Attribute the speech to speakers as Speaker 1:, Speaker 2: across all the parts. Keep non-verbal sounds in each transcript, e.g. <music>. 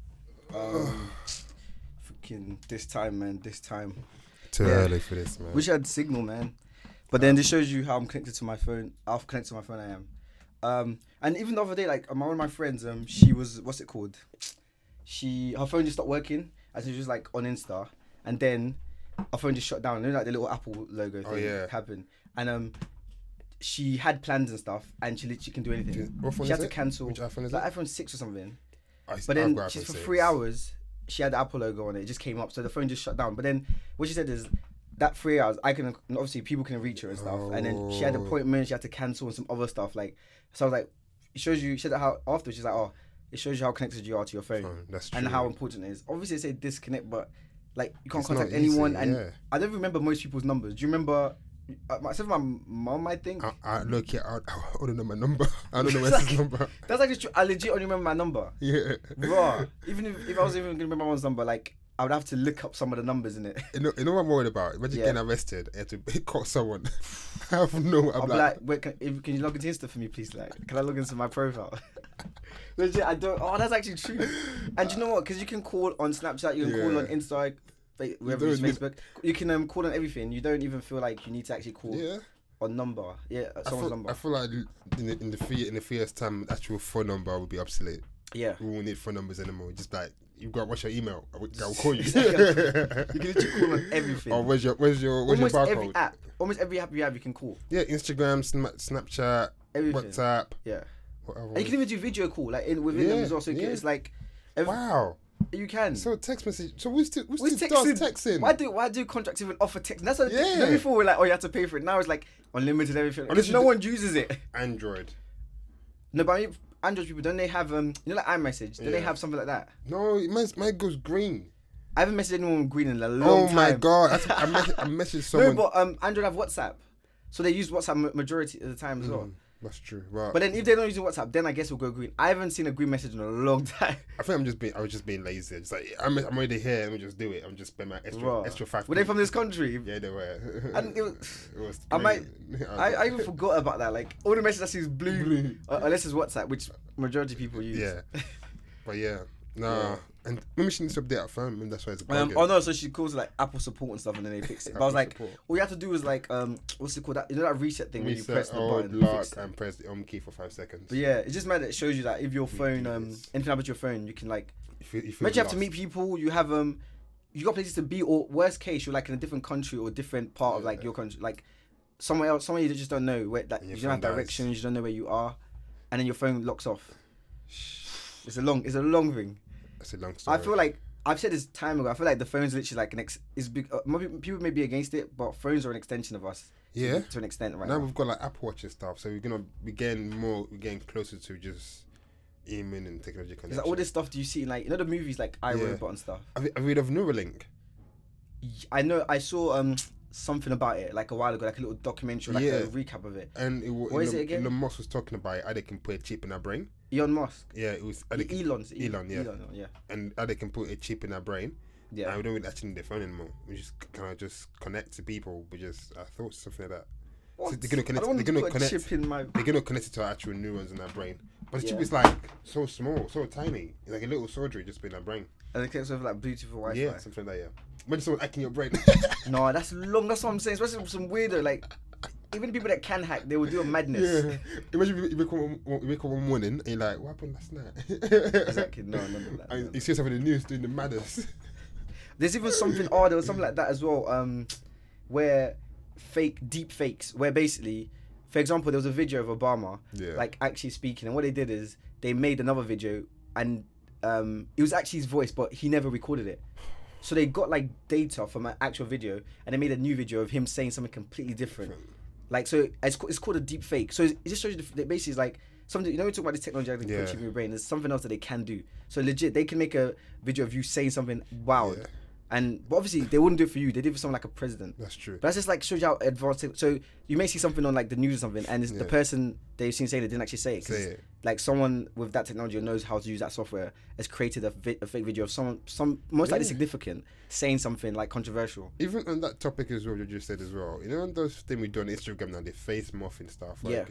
Speaker 1: <sighs> Um, fucking this time, man. This time.
Speaker 2: Too
Speaker 1: Yeah.
Speaker 2: early for this, man.
Speaker 1: Wish I had signal, man. But then this shows you how I'm connected to my phone. How connected to my phone I am. Um, and even the other day, like um, one of my friends, um, she was what's it called? She her phone just stopped working, and she was just like on Insta, and then her phone just shut down. You know, like the little Apple logo thing
Speaker 2: Oh, yeah.
Speaker 1: happened, and um, she had plans and stuff, and she literally can do anything.
Speaker 2: What phone
Speaker 1: she
Speaker 2: is
Speaker 1: had to
Speaker 2: it?
Speaker 1: cancel.
Speaker 2: Which iPhone is
Speaker 1: like
Speaker 2: it?
Speaker 1: iPhone six or something.
Speaker 2: I,
Speaker 1: But
Speaker 2: I've
Speaker 1: then
Speaker 2: got
Speaker 1: she,
Speaker 2: iPhone
Speaker 1: for
Speaker 2: 6.
Speaker 1: three hours, she had the Apple logo on it. It just came up, so the phone just shut down. But then what she said is that three hours, I can obviously people can reach her and stuff. And then she had
Speaker 2: Oh.
Speaker 1: appointments, she had to cancel and some other stuff. Like so, I was like, it shows you. She said how after she's like, oh, it shows you how connected you are to your phone
Speaker 2: Um, that's true.
Speaker 1: and how important it is. Obviously, they say disconnect, but like you can't
Speaker 2: It's not
Speaker 1: contact
Speaker 2: easy,
Speaker 1: anyone. and
Speaker 2: yeah.
Speaker 1: I don't remember most people's numbers. Do you remember? Uh, my- except for my mom, I think.
Speaker 2: I, I look, yeah, I, I don't know my number. <laughs> I don't know where's his number. <laughs>
Speaker 1: That's actually true. I legit only remember my number.
Speaker 2: Yeah.
Speaker 1: Bruh, even if, if I was even gonna remember my mom's number, like I would have to look up some of the numbers in it.
Speaker 2: You know, you know what I'm worried about? Imagine
Speaker 1: Yeah.
Speaker 2: getting arrested and to <laughs> caught someone. I have no. I'm,
Speaker 1: I'll be
Speaker 2: like,
Speaker 1: like, wait, can, if, can you log into Insta for me, please? Like, can I log into my profile? <laughs> Legit, I don't. Oh, that's actually true. And do you know what? Because you can call on Snapchat, you can call on
Speaker 2: Yeah.
Speaker 1: Insta, fa- wherever
Speaker 2: don't
Speaker 1: it's
Speaker 2: need-
Speaker 1: Facebook. You can um, call on everything. You don't even feel like you need to actually call
Speaker 2: yeah.
Speaker 1: on number. Yeah, uh,
Speaker 2: I
Speaker 1: someone's
Speaker 2: feel,
Speaker 1: number.
Speaker 2: I feel like in the, in the three in the three years time, actual phone number will be obsolete.
Speaker 1: yeah.
Speaker 2: We won't need phone numbers anymore. Just like you got what's your email? I will I will
Speaker 1: <laughs>
Speaker 2: call you.
Speaker 1: You
Speaker 2: <laughs>
Speaker 1: can literally call on everything.
Speaker 2: Or where's your where's your where's
Speaker 1: almost
Speaker 2: your barcode?
Speaker 1: every app, almost every app you have, you can call.
Speaker 2: Yeah, Instagram, Sna- Snapchat,
Speaker 1: Everything.
Speaker 2: WhatsApp.
Speaker 1: Yeah.
Speaker 2: What other
Speaker 1: And you
Speaker 2: one?
Speaker 1: can even do video call, like in within them
Speaker 2: Yeah,
Speaker 1: as well. So you can-
Speaker 2: yeah.
Speaker 1: it's like, every,
Speaker 2: wow.
Speaker 1: you can.
Speaker 2: So text message. So we still we
Speaker 1: We're
Speaker 2: still does texting.
Speaker 1: Why do why do contracts even offer texting? That's what
Speaker 2: Yeah.
Speaker 1: yeah. before we're like, oh, you have to pay for it. Now it's like unlimited everything.
Speaker 2: Unless you
Speaker 1: no
Speaker 2: do-
Speaker 1: one uses it.
Speaker 2: Android.
Speaker 1: No, but I mean, Android people don't they have um you know like iMessage? Do they
Speaker 2: Yeah.
Speaker 1: have something like that?
Speaker 2: No, mine mine goes green.
Speaker 1: I haven't messaged anyone on green in a long
Speaker 2: Oh
Speaker 1: time.
Speaker 2: my god! That's, I, mess-
Speaker 1: <laughs>
Speaker 2: I messaged
Speaker 1: No,
Speaker 2: someone.
Speaker 1: but um Android have WhatsApp, so they use WhatsApp ma- majority of the time as
Speaker 2: Hmm.
Speaker 1: well.
Speaker 2: That's true. Right.
Speaker 1: But then if they don't use WhatsApp, then I guess we'll go green. I haven't seen a green message in a long <laughs> time.
Speaker 2: I think I'm just being I was just being lazy. It's like I'm I'm already here. Let me just do it. I'm just spend my extra
Speaker 1: Bruh.
Speaker 2: extra five.
Speaker 1: Were they
Speaker 2: minutes.
Speaker 1: from this country?
Speaker 2: Yeah, they were.
Speaker 1: And it was-
Speaker 2: <laughs> It was
Speaker 1: I might- <laughs>
Speaker 2: brilliant.
Speaker 1: I, I even forgot about that. Like all the messages I see is blue,
Speaker 2: Blue.
Speaker 1: uh, unless it's WhatsApp, which majority people use.
Speaker 2: Yeah. <laughs>
Speaker 1: <laughs>
Speaker 2: But yeah, nah.
Speaker 1: Yeah.
Speaker 2: And maybe she needs to update her phone. Maybe that's why it's a
Speaker 1: Um,
Speaker 2: bargain.
Speaker 1: oh no, so she calls like Apple support and stuff, and then they fix it. But I was
Speaker 2: Apple
Speaker 1: like,
Speaker 2: support.
Speaker 1: all you have to do is like, um, what's it called? That you know that reset thing when you
Speaker 2: Reset oh,
Speaker 1: press the
Speaker 2: old
Speaker 1: button.
Speaker 2: lock
Speaker 1: Fix it.
Speaker 2: and press the home key for five seconds.
Speaker 1: But yeah, it's just mad that it shows you that if your phone,
Speaker 2: do
Speaker 1: um,
Speaker 2: this.
Speaker 1: anything happens to your phone, you can like,
Speaker 2: If you, if
Speaker 1: imagine you have to
Speaker 2: lost.
Speaker 1: meet people, you have um, you got places to be, or worst case, you're like in a different country or different part of like your country, like somewhere else, somewhere you just don't know where that
Speaker 2: And
Speaker 1: you
Speaker 2: your
Speaker 1: don't have
Speaker 2: phone dies.
Speaker 1: directions, you don't know where you are, and then your phone locks off. It's a long, it's a long thing.
Speaker 2: That's a long
Speaker 1: I
Speaker 2: story.
Speaker 1: feel like I've said this time ago. I feel like the phone's literally like an ex. Is big. Uh, maybe, people may be against it, but phones are an extension of us. to-
Speaker 2: Yeah.
Speaker 1: To an extent, right?
Speaker 2: now
Speaker 1: Now.
Speaker 2: we've got like Apple Watch and stuff, so we're gonna be getting more, we're getting closer to just aiming and technology
Speaker 1: It's
Speaker 2: connection.
Speaker 1: like all this stuff do you see in like you know the movies like I
Speaker 2: Yeah.
Speaker 1: Robot and stuff.
Speaker 2: Have you, have you heard of Neuralink?
Speaker 1: Y- I know I saw um something about it like a while ago, like a little documentary, like
Speaker 2: Yeah.
Speaker 1: a recap of it.
Speaker 2: And it,
Speaker 1: What is it again?
Speaker 2: Elon Musk was talking about it, how they can put a chip in our brain.
Speaker 1: Elon Musk, E,
Speaker 2: Yeah, it was. how they can-
Speaker 1: Elon's
Speaker 2: Elon, yeah.
Speaker 1: Elon, yeah,
Speaker 2: and how they can put a chip in our brain.
Speaker 1: yeah.
Speaker 2: And we don't really actually need the phone anymore. We just kind of just connect to people. We just I thought something like that.
Speaker 1: What?
Speaker 2: they're gonna connect-
Speaker 1: I don't
Speaker 2: they're gonna
Speaker 1: want to put a
Speaker 2: connect-
Speaker 1: chip in my.
Speaker 2: They're gonna connect it to our actual neurons in our brain. But the chip
Speaker 1: Yeah.
Speaker 2: is like so small, so tiny. It's like a little surgery just in our brain.
Speaker 1: And it connects with like Bluetooth or Wi-Fi.
Speaker 2: Yeah, something like that. Yeah. Imagine someone hacking your brain.
Speaker 1: <laughs> No, that's long. That's what I'm saying. Especially with some weirdo like. Even people that can hack, they will do a madness.
Speaker 2: yeah. Imagine you wake, up one, you wake up one morning and you're like, what happened last night?
Speaker 1: Exactly. No, no, no, no, no.
Speaker 2: And you see yourself in the news doing
Speaker 1: <laughs>
Speaker 2: the maddest.
Speaker 1: There's even something oh, there was something like that as well. Um, where fake deep fakes, where basically, for example, there was a video of Obama,
Speaker 2: Yeah.
Speaker 1: like actually speaking, and what they did is they made another video, and um, it was actually his voice, but he never recorded it. So they got like data from an actual video, and they made a new video of him saying something completely different. Like so, it's, ca- it's called a deep fake. So it just shows you the, that basically it's like something. You know, we talk about this technology that can
Speaker 2: Yeah.
Speaker 1: put chip in your brain. There's something else that they can do. So legit, they can make a video of you saying something wild,
Speaker 2: Yeah.
Speaker 1: and but obviously they wouldn't do it for you. They did it for someone like a president.
Speaker 2: That's true.
Speaker 1: But that's just like shows you how advanced. it- So you may see something on like the news or something, and it's the
Speaker 2: Yeah.
Speaker 1: person they've seen saying they didn't actually say it. 'cause
Speaker 2: Say it.
Speaker 1: Like someone with that technology who knows how to use that software has created a, vi- a fake video of someone, some most likely
Speaker 2: Yeah.
Speaker 1: significant, saying something like controversial.
Speaker 2: Even on that topic as well, you just said as well. You know, on those things we do on Instagram now, the face morphing stuff. Like,
Speaker 1: Yeah.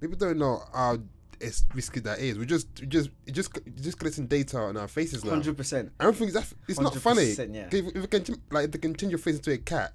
Speaker 2: People don't know how as risky that is. We just, we just, it just, it's just collecting data on our faces now.
Speaker 1: Hundred percent.
Speaker 2: I don't think that's it's not funny.
Speaker 1: 100%, yeah.
Speaker 2: If, if you can ch- like they can change your face into a cat,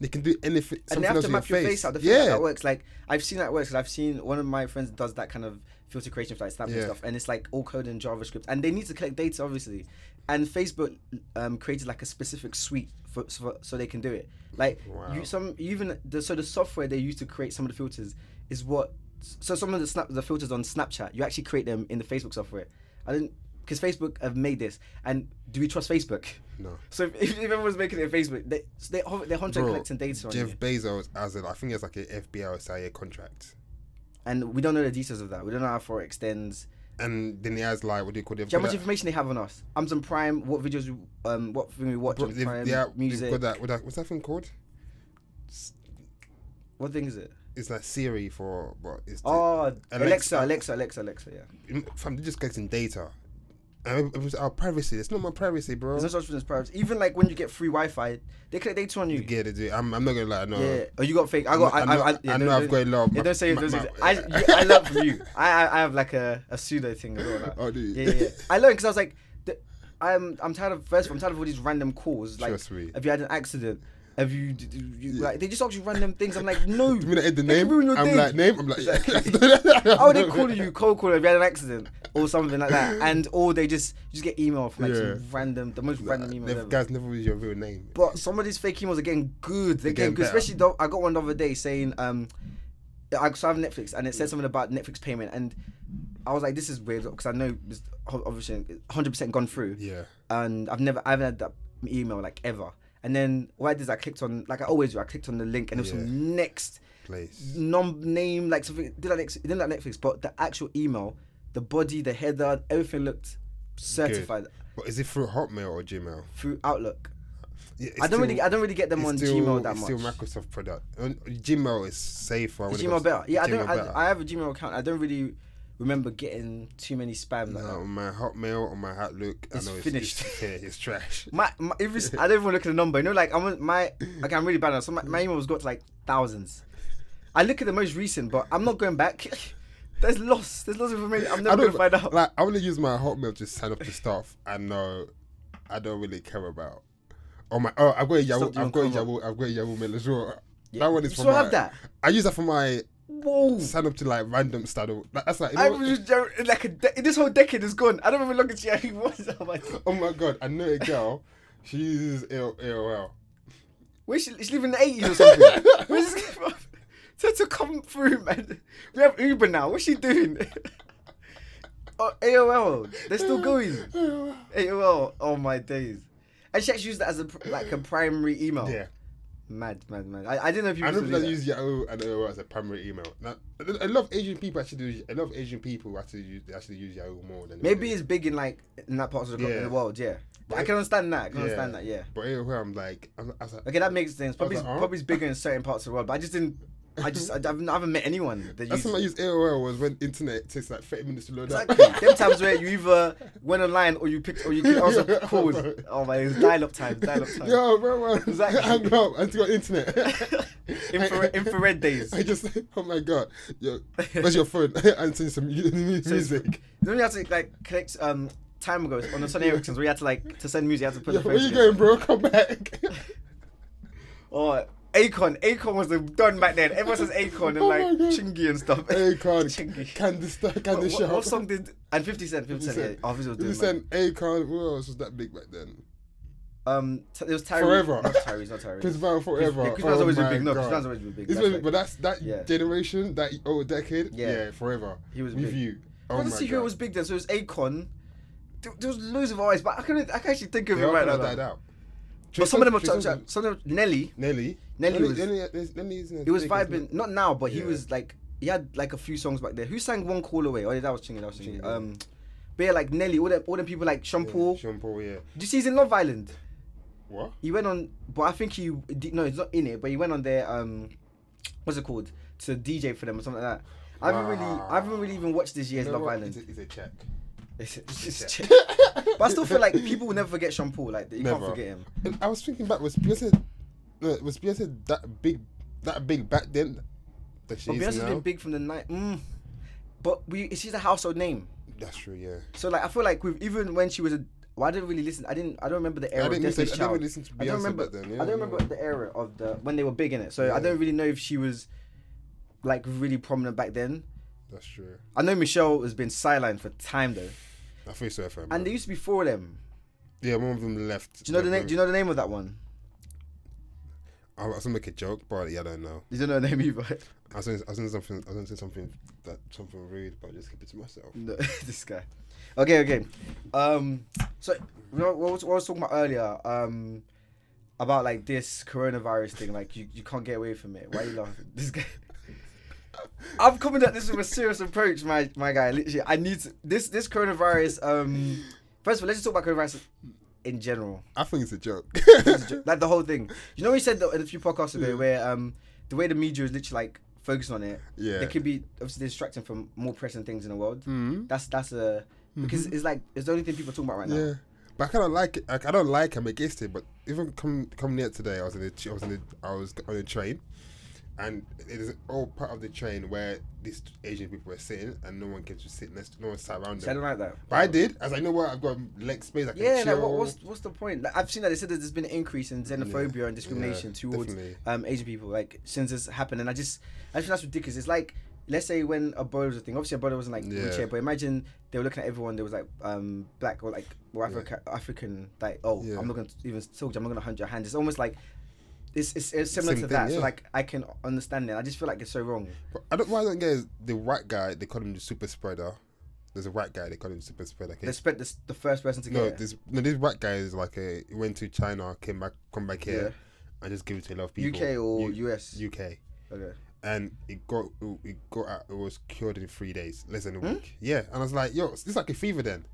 Speaker 2: they can do anything.
Speaker 1: And
Speaker 2: Something
Speaker 1: they have
Speaker 2: else
Speaker 1: to
Speaker 2: with
Speaker 1: map your face, out. The thing
Speaker 2: yeah,
Speaker 1: that works, like I've seen that works. 'cause I've seen one of my friends does that kind of filter creation for like Snap and
Speaker 2: Yeah.
Speaker 1: stuff, and it's like all code in JavaScript, and they need to collect data obviously. And Facebook um, created like a specific suite for, so so they can do it. Like
Speaker 2: Wow.
Speaker 1: you, some even the, so the software they use to create some of the filters is what. So some of the snap the filters on Snapchat, you actually create them in the Facebook software. I didn't because Facebook have made this, and do we trust Facebook? <laughs>
Speaker 2: No.
Speaker 1: So if, if everyone's making it in Facebook, they so they they're hunting
Speaker 2: Bro,
Speaker 1: collecting data on
Speaker 2: Jeff
Speaker 1: you.
Speaker 2: Bezos has a, I think it's like an FBI or CIA contract,
Speaker 1: and we don't know the details of that. We don't know how far it extends.
Speaker 2: and then he has like what do you call it?
Speaker 1: Do you know how much information they have on us? Amazon Prime, what videos, we- um, what thing we watch on
Speaker 2: they've,
Speaker 1: Prime,
Speaker 2: they have- they've
Speaker 1: music.
Speaker 2: got that, what that. What's that thing called?
Speaker 1: What thing is it?
Speaker 2: It's like Siri for what? It's the-
Speaker 1: Oh, Alexa,
Speaker 2: Alexa.
Speaker 1: Alexa, Alexa, Alexa. Yeah,
Speaker 2: fam, they're just collecting data. And it was our privacy. It's not my privacy, bro.
Speaker 1: there's no such thing as privacy. Even like when you get free Wi-Fi, they collect data on you.
Speaker 2: Yeah, they do. I'm, I'm not gonna lie. No,
Speaker 1: Yeah. Oh, you got fake. I got. I,
Speaker 2: know,
Speaker 1: I, I, yeah,
Speaker 2: uh, I know
Speaker 1: don't-
Speaker 2: I've got a lot. Of
Speaker 1: Yeah, don't say
Speaker 2: my-
Speaker 1: those.
Speaker 2: my-
Speaker 1: exa- I, you, I learned from you. I, I, I have like a, a pseudo thing as well. like.
Speaker 2: <laughs> Oh, do you?
Speaker 1: Yeah, yeah. yeah. I learned because I was like, the, I'm, I'm tired of first. of all, I'm tired of all these random calls. Like,
Speaker 2: Trust me.
Speaker 1: have you had an accident? Have you, d- d- you like? They just ask you random things. I'm like, no.
Speaker 2: Do <laughs> you mean I add the
Speaker 1: They can
Speaker 2: name?
Speaker 1: ruin your
Speaker 2: I'm
Speaker 1: day.
Speaker 2: like name. I'm like.
Speaker 1: <laughs>
Speaker 2: <laughs>
Speaker 1: Oh, they calling you cold caller if you had an accident or something like that, and or they just you just get email from like
Speaker 2: Yeah.
Speaker 1: some random, the most random email.
Speaker 2: Never,
Speaker 1: ever.
Speaker 2: guys, never use your real name.
Speaker 1: But some of these fake emails are getting good. They're
Speaker 2: They're
Speaker 1: getting,
Speaker 2: getting
Speaker 1: good.
Speaker 2: better.
Speaker 1: Especially though, I got one the other day saying, um, I, so I have Netflix and it said something about Netflix payment, and I was like, this is weird because I know it's ho- obviously 100% gone through,
Speaker 2: Yeah.
Speaker 1: and I've never, I haven't had that email like ever. And then what I did is I clicked on, like I always do, I clicked on the link and it was
Speaker 2: Yeah.
Speaker 1: some next
Speaker 2: Place.
Speaker 1: non name, like something, did like, Netflix- didn't like Netflix, but the actual email, the body, the header, everything looked certified
Speaker 2: But is it through Hotmail or Gmail?
Speaker 1: through Outlook.
Speaker 2: Yeah, it's
Speaker 1: I don't
Speaker 2: still-
Speaker 1: really, I don't really get them
Speaker 2: it's
Speaker 1: on
Speaker 2: still-
Speaker 1: Gmail that
Speaker 2: it's
Speaker 1: much.
Speaker 2: Still Microsoft product. Uh, Gmail is safer. I
Speaker 1: Is
Speaker 2: would've
Speaker 1: Gmail
Speaker 2: got-
Speaker 1: better? Yeah, I
Speaker 2: Gmail
Speaker 1: don't.
Speaker 2: better.
Speaker 1: I, I have a Gmail account. I don't really remember getting too many spam like
Speaker 2: No,
Speaker 1: that.
Speaker 2: on my Hotmail, on my Outlook,
Speaker 1: It's
Speaker 2: I know
Speaker 1: finished.
Speaker 2: It's, it's, <laughs> yeah, it's trash.
Speaker 1: My, my if it's, I don't even look at the number. You know, like I'm on my like I'm really bad now. So my, my emails got to like thousands. I look at the most recent, but I'm not going back. <laughs> There's lots. There's lots of information. I'm
Speaker 2: I
Speaker 1: never
Speaker 2: don't
Speaker 1: gonna find out.
Speaker 2: Like I only use my Hotmail to sign up to stuff I know I don't really care about. Oh my! Oh, I've got a Yahoo.
Speaker 1: Stuff you
Speaker 2: I've
Speaker 1: don't
Speaker 2: got a
Speaker 1: care about.
Speaker 2: Yahoo. I've got a Yahoo Mail as well.
Speaker 1: Yeah,
Speaker 2: That one
Speaker 1: you
Speaker 2: is for
Speaker 1: still
Speaker 2: my.
Speaker 1: have that?
Speaker 2: I use that for my
Speaker 1: Whoa.
Speaker 2: sign up to like random stuff. Like, that's like. you know
Speaker 1: I
Speaker 2: what?
Speaker 1: was just joking, like a de- this whole decade is gone. I don't even look at Yahoo. <laughs> What's up? my-
Speaker 2: <laughs> oh my god! I know a girl. She uses AOL. AOL.
Speaker 1: Where's she, she's living in the eighties or something?
Speaker 2: <laughs>
Speaker 1: Where's this going from? <laughs> Tell her to come through, man. We have Uber now. What's she doing? <laughs> oh, AOL. They're still
Speaker 2: <laughs>
Speaker 1: going. AOL. Oh my days. And she actually used that as a pr- like a primary email.
Speaker 2: Yeah.
Speaker 1: Mad, mad, mad. I, I didn't know people.
Speaker 2: I
Speaker 1: used
Speaker 2: don't
Speaker 1: to
Speaker 2: think I
Speaker 1: do
Speaker 2: use Yahoo and AOL as a primary email. Now, a lot of Asian people actually do. A lot of Asian people actually use, actually use Yahoo more than.
Speaker 1: that. Maybe it's big in like in that part of the, co- in
Speaker 2: Yeah.
Speaker 1: the world. Yeah.
Speaker 2: But
Speaker 1: I
Speaker 2: it-
Speaker 1: can understand that. I can
Speaker 2: Yeah.
Speaker 1: understand that. Yeah.
Speaker 2: But AOL, I'm like, I'm, I was like,
Speaker 1: Okay, that makes sense. Probably,
Speaker 2: like, huh?
Speaker 1: probably it's bigger in certain parts of the world, but I just didn't. I just I, haven't I haven't met anyone that
Speaker 2: Last
Speaker 1: uses.
Speaker 2: time I used AOL was when internet takes like 30 minutes to load up.
Speaker 1: Exactly.
Speaker 2: <laughs>
Speaker 1: Them times where you either went online or you picked or you could also
Speaker 2: Yeah.
Speaker 1: called. Oh my, it was dial up time, dial up time.
Speaker 2: Yo, bro, bro.
Speaker 1: Exactly.
Speaker 2: Hang up. <laughs> I just got internet.
Speaker 1: <laughs> Infrared, infrared days.
Speaker 2: <laughs> I just, oh my god. Yo, where's your phone? <laughs> I'm seeing some mu- music.
Speaker 1: Then you had to like collect um time ago on the Sony Ericssons where you had to like to send music, you <laughs> had to put
Speaker 2: Yo,
Speaker 1: the
Speaker 2: where
Speaker 1: phone.
Speaker 2: you
Speaker 1: together.
Speaker 2: going, bro? Come back.
Speaker 1: Or Oh, Akon, Akon was the done back then. <laughs> Everyone says Akon and
Speaker 2: Oh
Speaker 1: like
Speaker 2: my God.
Speaker 1: Chingy and stuff.
Speaker 2: <laughs>
Speaker 1: <laughs>
Speaker 2: Akon,
Speaker 1: Chingy.
Speaker 2: can the star, can the
Speaker 1: What,
Speaker 2: shop?
Speaker 1: what, what song
Speaker 2: <laughs>
Speaker 1: did and Fifty Cent? Fifty Cent, yeah, oh, 50 was doing.
Speaker 2: You
Speaker 1: that.
Speaker 2: sent Akon. Who else was that big back then?
Speaker 1: um, t- it was Tyrese.
Speaker 2: Forever.
Speaker 1: Not Tyrese, not Tyrese.
Speaker 2: Chris Brown
Speaker 1: Chris-
Speaker 2: forever.
Speaker 1: yeah, Chris Brown's
Speaker 2: Oh
Speaker 1: always been
Speaker 2: my
Speaker 1: big. No, Chris
Speaker 2: God.
Speaker 1: Brown's always been big.
Speaker 2: It's
Speaker 1: that's
Speaker 2: been-
Speaker 1: right.
Speaker 2: but that's that
Speaker 1: Yeah.
Speaker 2: generation, that old decade.
Speaker 1: Yeah.
Speaker 2: Yeah, forever.
Speaker 1: He was
Speaker 2: with
Speaker 1: big.
Speaker 2: you.
Speaker 1: I
Speaker 2: Oh
Speaker 1: want
Speaker 2: my
Speaker 1: to see who
Speaker 2: God.
Speaker 1: was big then. So it was Akon. There, there was loads of artists, but I couldn't. I can actually think of
Speaker 2: They
Speaker 1: it
Speaker 2: all
Speaker 1: right
Speaker 2: kinda
Speaker 1: now.
Speaker 2: died
Speaker 1: though.
Speaker 2: out.
Speaker 1: But some of them are.
Speaker 2: Tristan-
Speaker 1: Some some of them, Nelly.
Speaker 2: Nelly.
Speaker 1: Nelly was-
Speaker 2: Nelly, Nelly isn't
Speaker 1: He was
Speaker 2: big, isn't
Speaker 1: vibing. Not now, but he
Speaker 2: Yeah.
Speaker 1: was like. He had like a few songs back there. Who sang One Call Away? Oh, yeah, that was Chingy. That was Chingy. Um, but yeah, like Nelly, all them, all them people like Sean
Speaker 2: Yeah,
Speaker 1: Paul.
Speaker 2: Sean Paul, yeah.
Speaker 1: Did you see he's in Love Island?
Speaker 2: What?
Speaker 1: He went on, but I think he did, no, he's not in it. But he went on there. Um, what's it called? To DJ for them or something like that. I haven't really, I haven't really even watched this year's
Speaker 2: You know
Speaker 1: Love
Speaker 2: what?
Speaker 1: Island.
Speaker 2: It's a, it's a check.
Speaker 1: It's, it's
Speaker 2: Yeah. <laughs>
Speaker 1: but I still feel like people will never forget Sean Paul. Like you
Speaker 2: Never.
Speaker 1: can't forget him.
Speaker 2: And I was thinking back, was Beyonce, no, was Beyonce that big, that big back then? That she
Speaker 1: But
Speaker 2: is
Speaker 1: Beyonce's
Speaker 2: now?
Speaker 1: been big from the night. Mm. But we she's a household name.
Speaker 2: That's true. Yeah.
Speaker 1: So like I feel like with even when she was a well, I didn't really listen. I didn't. I don't remember the era.
Speaker 2: didn't
Speaker 1: of
Speaker 2: listen-
Speaker 1: Destiny's
Speaker 2: I didn't
Speaker 1: Child.
Speaker 2: listen to
Speaker 1: I
Speaker 2: Beyonce
Speaker 1: don't remember.
Speaker 2: back then,
Speaker 1: I
Speaker 2: yeah,
Speaker 1: don't remember
Speaker 2: no.
Speaker 1: the era of the when they were big in it. So
Speaker 2: Yeah.
Speaker 1: I don't really know if she was like really prominent back then.
Speaker 2: That's true.
Speaker 1: I know Michelle has been sidelined for time though,
Speaker 2: I feel so FM.
Speaker 1: and there used to be four of them.
Speaker 2: yeah, one of them left.
Speaker 1: Do you know the name? Do you know the name of that one?
Speaker 2: I was gonna make a joke, but yeah, I don't know.
Speaker 1: You don't know the name <laughs> either.
Speaker 2: I was gonna, I was gonna something. I was gonna say something that something rude, but I just keep it to myself. <laughs>
Speaker 1: No, <laughs> this guy. Okay, okay. Um, so you know what, was, what I was talking about earlier, um, about like this coronavirus thing, like you, you can't get away from it. Why are you laughing? <laughs> This guy. I'm coming at this with a serious approach, my my guy. Literally, I need to, this this coronavirus. Um, first of all, let's just talk about coronavirus in general,
Speaker 2: I think it's
Speaker 1: <laughs>
Speaker 2: a joke. <laughs>
Speaker 1: like the whole thing. You know, we said that in a few podcasts ago where um the way the media is literally like focusing on it,
Speaker 2: Yeah.
Speaker 1: it could be obviously distracting from more pressing things in the world.
Speaker 2: mm Mm-hmm.
Speaker 1: That's that's a because it's like it's the only thing people are talking about right now.
Speaker 2: Yeah, but I kind of like it. Like, I don't like. I'm against it. But even come come near today, I was in the t- I was in the, I was on a train, and it is all part of the train where these Asian people are sitting, and no one gets to sit next. No one sat around
Speaker 1: So I don't
Speaker 2: them.
Speaker 1: like that.
Speaker 2: But I did, as I know what I've got leg space. I can
Speaker 1: Yeah,
Speaker 2: chill.
Speaker 1: like what, what's what's the point? Like, I've seen that they said that there's been an increase in xenophobia and discrimination
Speaker 2: yeah,
Speaker 1: towards
Speaker 2: definitely.
Speaker 1: um, Asian people, like since this happened, and I just I think that's ridiculous. It's like let's say when Ebola was a thing, obviously Ebola wasn't like
Speaker 2: Yeah.
Speaker 1: wheelchair, but imagine they were looking at everyone. There was like um black or like or Africa, African, like oh
Speaker 2: Yeah.
Speaker 1: I'm not gonna even talk. to you, I'm not gonna hand your hand. It's almost like. It's, it's, it's similar
Speaker 2: Same
Speaker 1: to
Speaker 2: thing,
Speaker 1: that,
Speaker 2: yeah.
Speaker 1: so like I can understand it. I just feel like it's so wrong.
Speaker 2: But I don't. What I don't get is the white guy. They call him the super spreader. There's a white guy. They call him super spreader.
Speaker 1: They spread this, the first person to get
Speaker 2: No,
Speaker 1: it.
Speaker 2: this no, this white guy is like a he went to China, came back, come back here, and just give it to a lot of people.
Speaker 1: UK or
Speaker 2: U-
Speaker 1: US?
Speaker 2: UK.
Speaker 1: okay.
Speaker 2: and it got it got out, it was cured in three days, less than a
Speaker 1: Hmm?
Speaker 2: week. Yeah, and I was like, yo, it's like a fever then.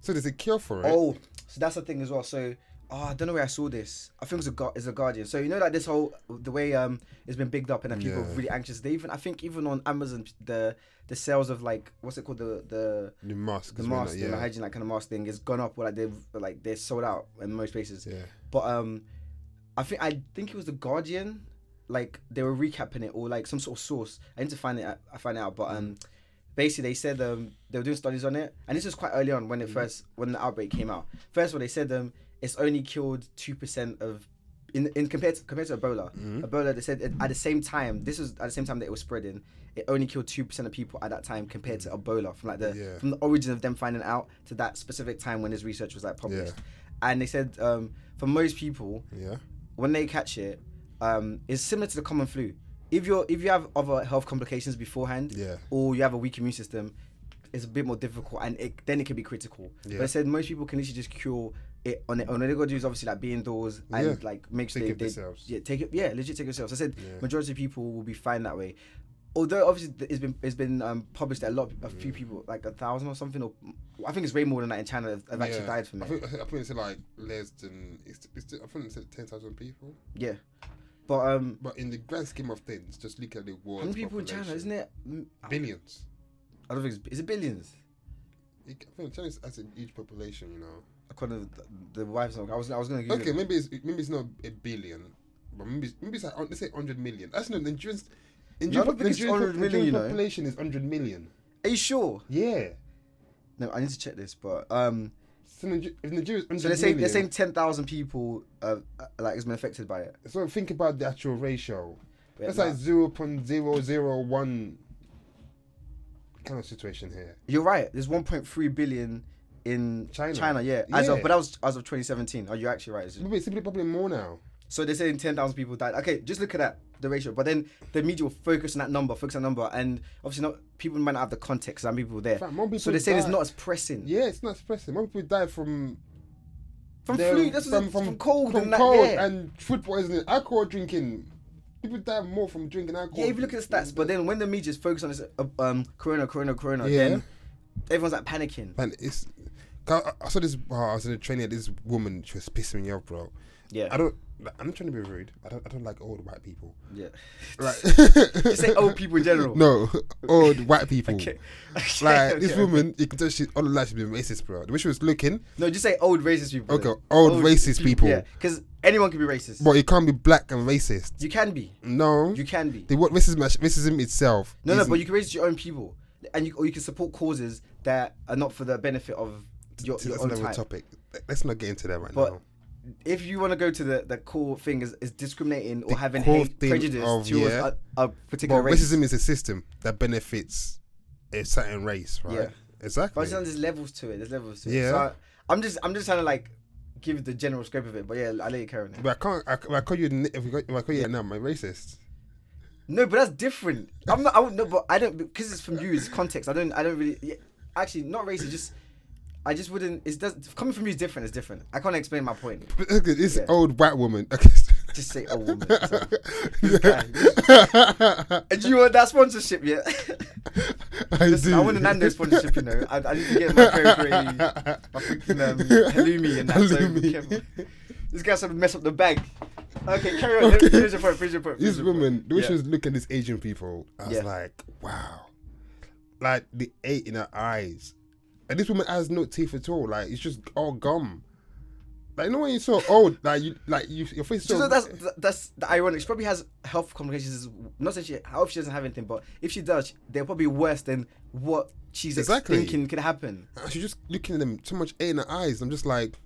Speaker 2: So there's a cure for it.
Speaker 1: Oh, so that's the thing as well. So oh, I don't know where I saw this. I think it's a Gu- it's a Guardian. So you know like this whole the way um it's been bigged up and then people are
Speaker 2: Yeah.
Speaker 1: really anxious. They even I think even on Amazon the the sales of like what's it called the the
Speaker 2: the mask.
Speaker 1: the
Speaker 2: as well,
Speaker 1: mask,
Speaker 2: yeah.
Speaker 1: the hygiene, like kind of mask thing, has gone up. Like they've like they're sold out in most places.
Speaker 2: yeah.
Speaker 1: But um, I think I think it was the Guardian. Like they were recapping it or like some sort of source. I need to find it. I find out. But um, basically they said um they were doing studies on it, and this was quite early on when it first when the outbreak came out. First of all, they said um it's only killed two percent of. In, in compared to, compared to Ebola, Ebola they said it, at the same time this was at the same time that it was spreading, it only killed two percent of people at that time compared to Ebola from like the
Speaker 2: Yeah.
Speaker 1: from the origin of them finding out to that specific time when this research was like published, and they said um, for most people
Speaker 2: Yeah.
Speaker 1: when they catch it, um, it's similar to the common flu. If you're if you have other health complications beforehand,
Speaker 2: Yeah.
Speaker 1: or you have a weak immune system, it's a bit more difficult, and it, then it can be critical. But
Speaker 2: Yeah.
Speaker 1: I said most people can literally just cure it on their own. All they gotta do is obviously like be indoors and
Speaker 2: Yeah.
Speaker 1: like make sure
Speaker 2: Take
Speaker 1: they,
Speaker 2: of
Speaker 1: they-
Speaker 2: themselves.
Speaker 1: yeah take it yeah legit take yourselves. I said
Speaker 2: Yeah.
Speaker 1: majority of people will be fine that way. Although obviously th- it's been it's been um, published that a lot a few people like a thousand or something or I think it's way more than that in China have, have actually
Speaker 2: Yeah.
Speaker 1: died from
Speaker 2: I
Speaker 1: it.
Speaker 2: think, I think- I think it's like less than it's, it's I think it's ten thousand people.
Speaker 1: yeah, but um,
Speaker 2: But in the grand scheme of things, just look at the world.
Speaker 1: how many people in China? Isn't it?
Speaker 2: Billions.
Speaker 1: I don't think it's, is it billions.
Speaker 2: I think China has a huge population, you know.
Speaker 1: According to the, the wife's not. I was I was gonna. Google
Speaker 2: Okay,
Speaker 1: it.
Speaker 2: maybe it's maybe it's not a billion, but maybe it's, maybe it's like let's say hundred million. That's not Nigerian's.
Speaker 1: No, I don't think it's 100 million, you know.
Speaker 2: population is hundred million.
Speaker 1: Are you sure?
Speaker 2: Yeah.
Speaker 1: No, I need to check this. But um,
Speaker 2: So Niger- if Nigeria's
Speaker 1: so they're saying they're saying ten thousand people uh, uh, like has been affected by it.
Speaker 2: so think about the actual ratio.
Speaker 1: But
Speaker 2: That's
Speaker 1: nah,
Speaker 2: like zero point zero zero one kind of situation here.
Speaker 1: you're right. There's 1.3 billion in
Speaker 2: China.
Speaker 1: China, yeah. As of
Speaker 2: Yeah.
Speaker 1: but that was as of 2017. Oh, you're actually right.
Speaker 2: Maybe it's simply probably more now.
Speaker 1: So they're saying 10,000 people died. Okay, just look at that, the ratio. But then the media will focus on that number, focus on that number, and obviously not people might not have the context. Some people there.
Speaker 2: fact, more people
Speaker 1: so they're saying it's
Speaker 2: died.
Speaker 1: not as pressing.
Speaker 2: Yeah, it's not expressive. More people die from
Speaker 1: From
Speaker 2: their-
Speaker 1: flu, that's from, from, cold
Speaker 2: from
Speaker 1: and that.
Speaker 2: cold
Speaker 1: yeah.
Speaker 2: and food poisoning, alcohol drinking. People die more from drinking alcohol. Mm.
Speaker 1: Yeah, if you look at the stats, but then when the media is focused on this uh, um, corona, corona, corona,
Speaker 2: Yeah.
Speaker 1: then everyone's like panicking.
Speaker 2: Man, it's. 'cause I I saw this. oh, I was in a training. This woman, she was pissing me off, bro.
Speaker 1: Yeah.
Speaker 2: I don't. I'm not trying to be rude. I don't. I don't like old white people.
Speaker 1: Yeah.
Speaker 2: Right.
Speaker 1: Just say old people in general.
Speaker 2: <laughs> No, old white people.
Speaker 1: Okay. Okay,
Speaker 2: <laughs> Like this
Speaker 1: okay.
Speaker 2: woman, you can tell she all her life she's been racist, bro. The way she was looking,
Speaker 1: No, just say old racist people.
Speaker 2: Okay,
Speaker 1: then.
Speaker 2: old racist people.
Speaker 1: Yeah, because anyone can be racist.
Speaker 2: but you can't be black and racist.
Speaker 1: You can be.
Speaker 2: No,
Speaker 1: You can be.
Speaker 2: the what racism racism itself.
Speaker 1: No, no,
Speaker 2: isn't-
Speaker 1: but you can racist your own people. and you or you can support causes that are not for the benefit of your,
Speaker 2: See,
Speaker 1: your
Speaker 2: that's
Speaker 1: own
Speaker 2: another
Speaker 1: type.
Speaker 2: topic. Let's not get into that right
Speaker 1: But
Speaker 2: now.
Speaker 1: if you want to go to the the core thing is, is discriminating or
Speaker 2: The
Speaker 1: having
Speaker 2: core
Speaker 1: hate
Speaker 2: thing
Speaker 1: prejudice
Speaker 2: of,
Speaker 1: towards
Speaker 2: yeah.
Speaker 1: a, a
Speaker 2: But
Speaker 1: particular race.
Speaker 2: racism is a system that benefits a certain race, right?
Speaker 1: Yeah. But
Speaker 2: Exactly.
Speaker 1: I'm saying there's levels to it. There's levels to it.
Speaker 2: Yeah.
Speaker 1: So I, I'm just I'm just trying to like give the general scope of it. But yeah, I let you carry on.
Speaker 2: But I can't. I, if I call you. n- If, we call- if I call you a name, I'm racist. <laughs>
Speaker 1: No, but that's different. I'm not. I would no, but I don't because it's from you. It's context. I don't. I don't really. Yeah, actually, not racist. Just I just wouldn't. It's does coming from you is different. It's different. I can't explain my point.
Speaker 2: But look at this
Speaker 1: Yeah.
Speaker 2: old white woman. <laughs> Okay.
Speaker 1: Just say old
Speaker 2: <laughs>
Speaker 1: woman. So.
Speaker 2: I
Speaker 1: And you want that sponsorship? Yeah. <laughs> Listen, I
Speaker 2: do.
Speaker 1: want a Nando sponsorship. You know, I, I need to get my curry, my freaking
Speaker 2: <laughs>
Speaker 1: um, halloumi and that. So be
Speaker 2: Halloumi.
Speaker 1: careful. this guy's gonna mess up the bag. Okay, carry on.
Speaker 2: Okay.
Speaker 1: Finish your point. Finish your point. finish
Speaker 2: This
Speaker 1: your point.
Speaker 2: woman, the way she
Speaker 1: Yeah.
Speaker 2: was looking at these Asian people, I was
Speaker 1: Yeah.
Speaker 2: like, wow. Like the eight in her eyes. And this woman has no teeth at all. Like it's just all gum. Like you know when you're so old, like you like you, your face is
Speaker 1: Do
Speaker 2: so
Speaker 1: you know that's that's the ironic. She probably has health complications. Not that she, I hope she doesn't have anything, but if she does, they're probably worse than what she's ex-
Speaker 2: Exactly.
Speaker 1: thinking could happen.
Speaker 2: And she's just looking at them so much eight in her eyes. I'm just like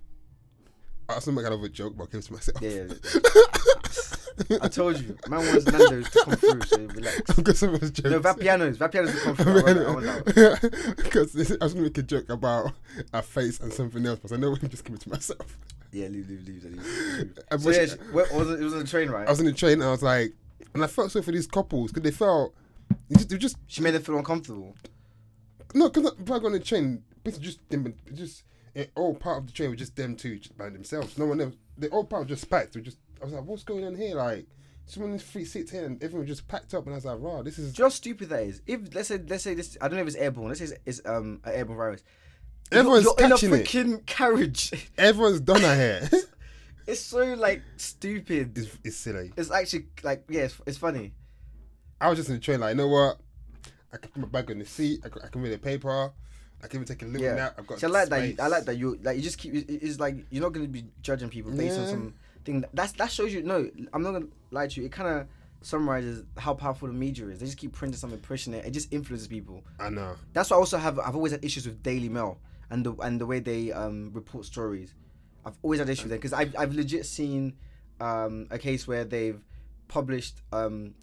Speaker 2: I was not kind of a joke, but I came to myself.
Speaker 1: Yeah,
Speaker 2: <laughs>
Speaker 1: yeah, I told you, man wants Nando's to come through. So relax.
Speaker 2: Because someone was joking.
Speaker 1: No,
Speaker 2: <laughs>
Speaker 1: Vapianos, Vapianos to come through. I want that, I want that.
Speaker 2: Because I was gonna make a joke about her face and something else, but I know I'm just coming to myself.
Speaker 1: Yeah, leave, leave, leave. leave.
Speaker 2: I
Speaker 1: So
Speaker 2: wish-
Speaker 1: yeah, she, where, was it, it was on the train, right?
Speaker 2: I was in the train and I was like, and I felt so for these couples because they felt they just, they just
Speaker 1: she made her feel uncomfortable.
Speaker 2: no because if I go on the train, it's just them, it's just it, all part of the train was just them two just by themselves. No one else. The all part was just packed. They were just I was like, what's going on here? Like, someone in three seats here and everyone was just packed up. And I was like, wow, this is <laughs>
Speaker 1: Do you know how stupid that is? If let's say let's say this, I don't know if it's airborne. Let's say it's, it's um an airborne virus. You're-
Speaker 2: Everyone's
Speaker 1: you're,
Speaker 2: catching
Speaker 1: in a
Speaker 2: it.
Speaker 1: freaking carriage. <laughs>
Speaker 2: everyone's done out here. <laughs>
Speaker 1: It's so like stupid.
Speaker 2: it's, it's silly.
Speaker 1: It's actually like yeah, it's, it's funny.
Speaker 2: I was just in the train, like, you know what? I can put my bag on the seat. I can, I can read the paper. I can even take a little
Speaker 1: Yeah,
Speaker 2: nap. I've got
Speaker 1: See, I like that. you- I
Speaker 2: space.
Speaker 1: like that you like you just keep. it- It's like you're not gonna be judging people based on
Speaker 2: Yeah.
Speaker 1: some thing. That's that shows you. No, I'm not gonna lie to you. It kind of summarizes how powerful the media is. They just keep printing something, pushing it. It just influences people.
Speaker 2: I know.
Speaker 1: That's why I also have. I've always had issues with Daily Mail and the and the way they um, report stories. I've always had issues with them because I've I've legit seen um, a case where they've published um,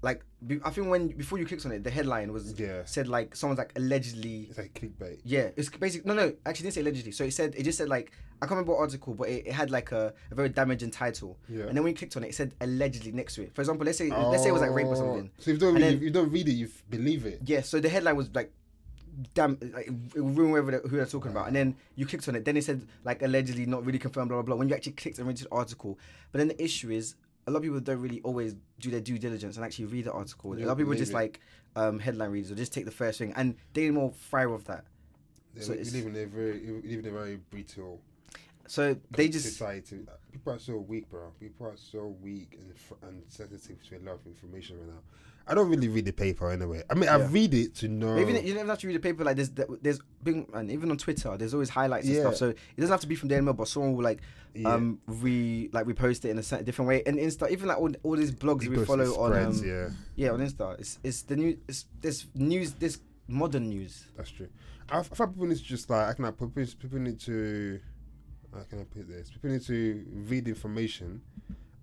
Speaker 1: like be, I think when before you clicked on it, the headline was
Speaker 2: Yeah.
Speaker 1: said like someone's like allegedly.
Speaker 2: It's like clickbait.
Speaker 1: Yeah, it's basically no, no. Actually, it didn't say allegedly. So it said it just said like I can't remember what article, but it, it had like a, a very damaging title.
Speaker 2: Yeah.
Speaker 1: And then when you clicked on it, it said allegedly next to it. For example, let's say let's say it was like rape or
Speaker 2: Oh,
Speaker 1: something.
Speaker 2: So if you don't,
Speaker 1: And
Speaker 2: read,
Speaker 1: then-
Speaker 2: it- if you don't read it, you f- believe it.
Speaker 1: Yeah, so the headline was like, damn, like, it would ruin whoever they- who they're talking about. And then you clicked on it. Then it said, like, allegedly not really confirmed, blah, blah, blah. When you actually clicked and read the article. But then the issue is, a lot of people don't really always do their due diligence and actually read the article. a
Speaker 2: Yeah,
Speaker 1: lot of people
Speaker 2: believe
Speaker 1: just
Speaker 2: it.
Speaker 1: like um, headline readers or just take the first thing. And they more fire off that.
Speaker 2: They
Speaker 1: So
Speaker 2: li-
Speaker 1: it's-
Speaker 2: we live in a very, we live in a very brittle
Speaker 1: So they just.
Speaker 2: society. People are so weak, bro. People are so weak and fr- and sensitive to a lot of information right now. I don't really read the paper anyway. I mean, I
Speaker 1: Yeah.
Speaker 2: read it to know.
Speaker 1: Even you don't even have to read the paper. Like there's there's been and even on Twitter, there's always highlights and
Speaker 2: Yeah.
Speaker 1: stuff. So it doesn't have to be from Daily Mail, but someone will like
Speaker 2: Yeah.
Speaker 1: um re like repost it in a certain different way. And Insta, even like all, all these blogs
Speaker 2: It
Speaker 1: we
Speaker 2: goes- it
Speaker 1: follow on
Speaker 2: spreads,
Speaker 1: um,
Speaker 2: yeah,
Speaker 1: Yeah, on Insta. It's it's the new it's this news this modern news.
Speaker 2: that's true. I, I thought people need to just like, I can people, people need to, how can I put this? People need to read information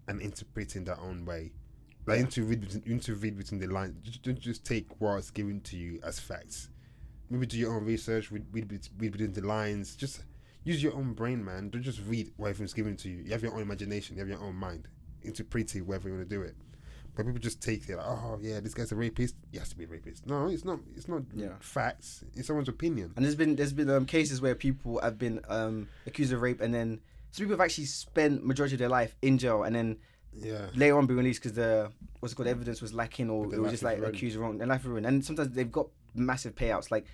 Speaker 2: and interpret in their own way. Like you need to read, between, you need to read between the lines. Just, don't just take what's given to you as facts. Maybe do your own research. Read, read, bet- read between the lines. Just use your own brain, man. Don't just read what everything's given to you. You have your own imagination. You have your own mind. Interpret it wherever you want to do it. But people just take it like, oh yeah, this guy's a rapist. He has to be a rapist. No, it's not. It's not
Speaker 1: Yeah.
Speaker 2: facts. It's someone's opinion.
Speaker 1: And there's been there's been um, cases where people have been um, accused of rape, and then some people have actually spent majority of their life in jail, and then
Speaker 2: Yeah.
Speaker 1: later on be released because the what's it called evidence was lacking, or
Speaker 2: But
Speaker 1: it
Speaker 2: their
Speaker 1: was
Speaker 2: life
Speaker 1: just
Speaker 2: is
Speaker 1: like
Speaker 2: ruined.
Speaker 1: accused wrong, their life ruined. And sometimes they've got massive payouts, like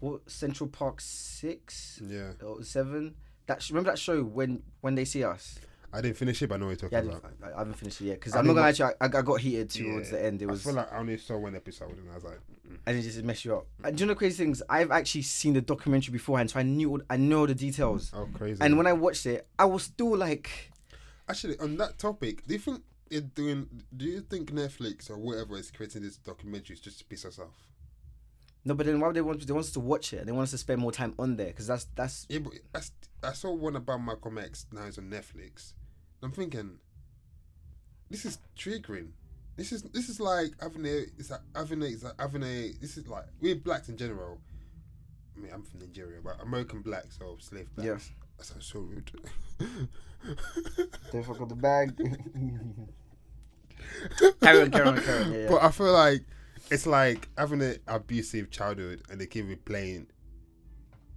Speaker 1: what Central Park six
Speaker 2: Yeah.
Speaker 1: or seven. That sh- remember that show when when they see us.
Speaker 2: I didn't finish it, but I know what you're
Speaker 1: Yeah, I,
Speaker 2: talking about.
Speaker 1: didn't- I- I haven't finished it yet because
Speaker 2: I
Speaker 1: I'm not
Speaker 2: mean,
Speaker 1: gonna actually. I, I got heated towards
Speaker 2: Yeah.
Speaker 1: the end. It was
Speaker 2: I feel like I only saw one episode and I was like, mm, mm-mm.
Speaker 1: and it just mess you up. And do you know the crazy things? I've actually seen the documentary beforehand, so I knew all, I know all the details.
Speaker 2: oh crazy.
Speaker 1: Mm. And when I watched it, I was still like,
Speaker 2: Actually, on that topic, do you think they're doing? Do you think Netflix or whatever is creating these documentaries just to piss us off?
Speaker 1: No, but then why would they want? They want us to watch it and they want us to spend more time on there because that's that's
Speaker 2: Yeah, but I, st- I saw one about Malcolm X now it's on Netflix. I'm thinking, this is triggering. This is this is like having a it's like having a it's like having a this is like we're blacks in general. I mean, I'm from Nigeria, but American blacks or slave blacks.
Speaker 1: Yeah.
Speaker 2: That sounds so rude. <laughs>
Speaker 1: Don't fuck up the <laughs> bag. Carry on, carry on, carry on, yeah, yeah.
Speaker 2: But I feel like it's like having an abusive childhood and they keep replaying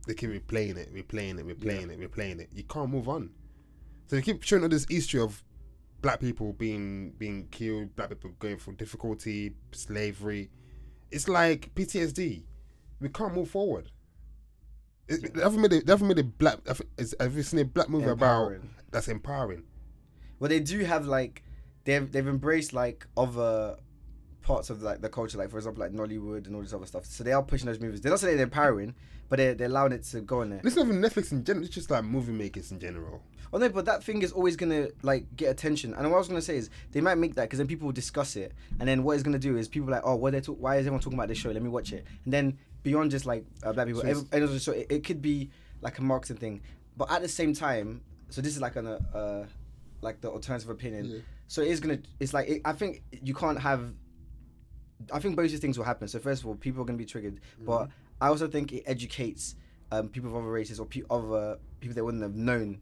Speaker 2: they keep replaying it, replaying it, replaying it, replaying it. You can't move on. So they keep showing all this history of black people being being killed, black people going through difficulty, slavery. It's like PTSD. We can't move forward. It, They haven't made a, they haven't made a black. have- is- Have you seen a black movie
Speaker 1: Empowering.
Speaker 2: about that's empowering?
Speaker 1: well, they do have like they've they've embraced like other parts of like the culture, like for example, like Nollywood and all this other stuff. So they are pushing those movies. They're not saying they're empowering, but they're, they're allowing it to go in there.
Speaker 2: This is not even Netflix in general. It's just like movie makers in general.
Speaker 1: Oh no, but that thing is always gonna like get attention. And what I was gonna say is they might make that because then people will discuss it, and then what it's gonna do is people like, oh, what they talk? Why is everyone talking about this show? Let me watch it. And then beyond just like uh, black people,
Speaker 2: So it's-
Speaker 1: every- and also, so it, it could be like a marketing thing, but at the same time, so this is like an uh, uh like the alternative opinion.
Speaker 2: Yeah.
Speaker 1: So it is gonna. It's like it, I think you can't have. I think both these things will happen. So first of all, people are gonna be triggered,
Speaker 2: Mm-hmm.
Speaker 1: but I also think it educates um, people of other races or pe- other people that wouldn't have known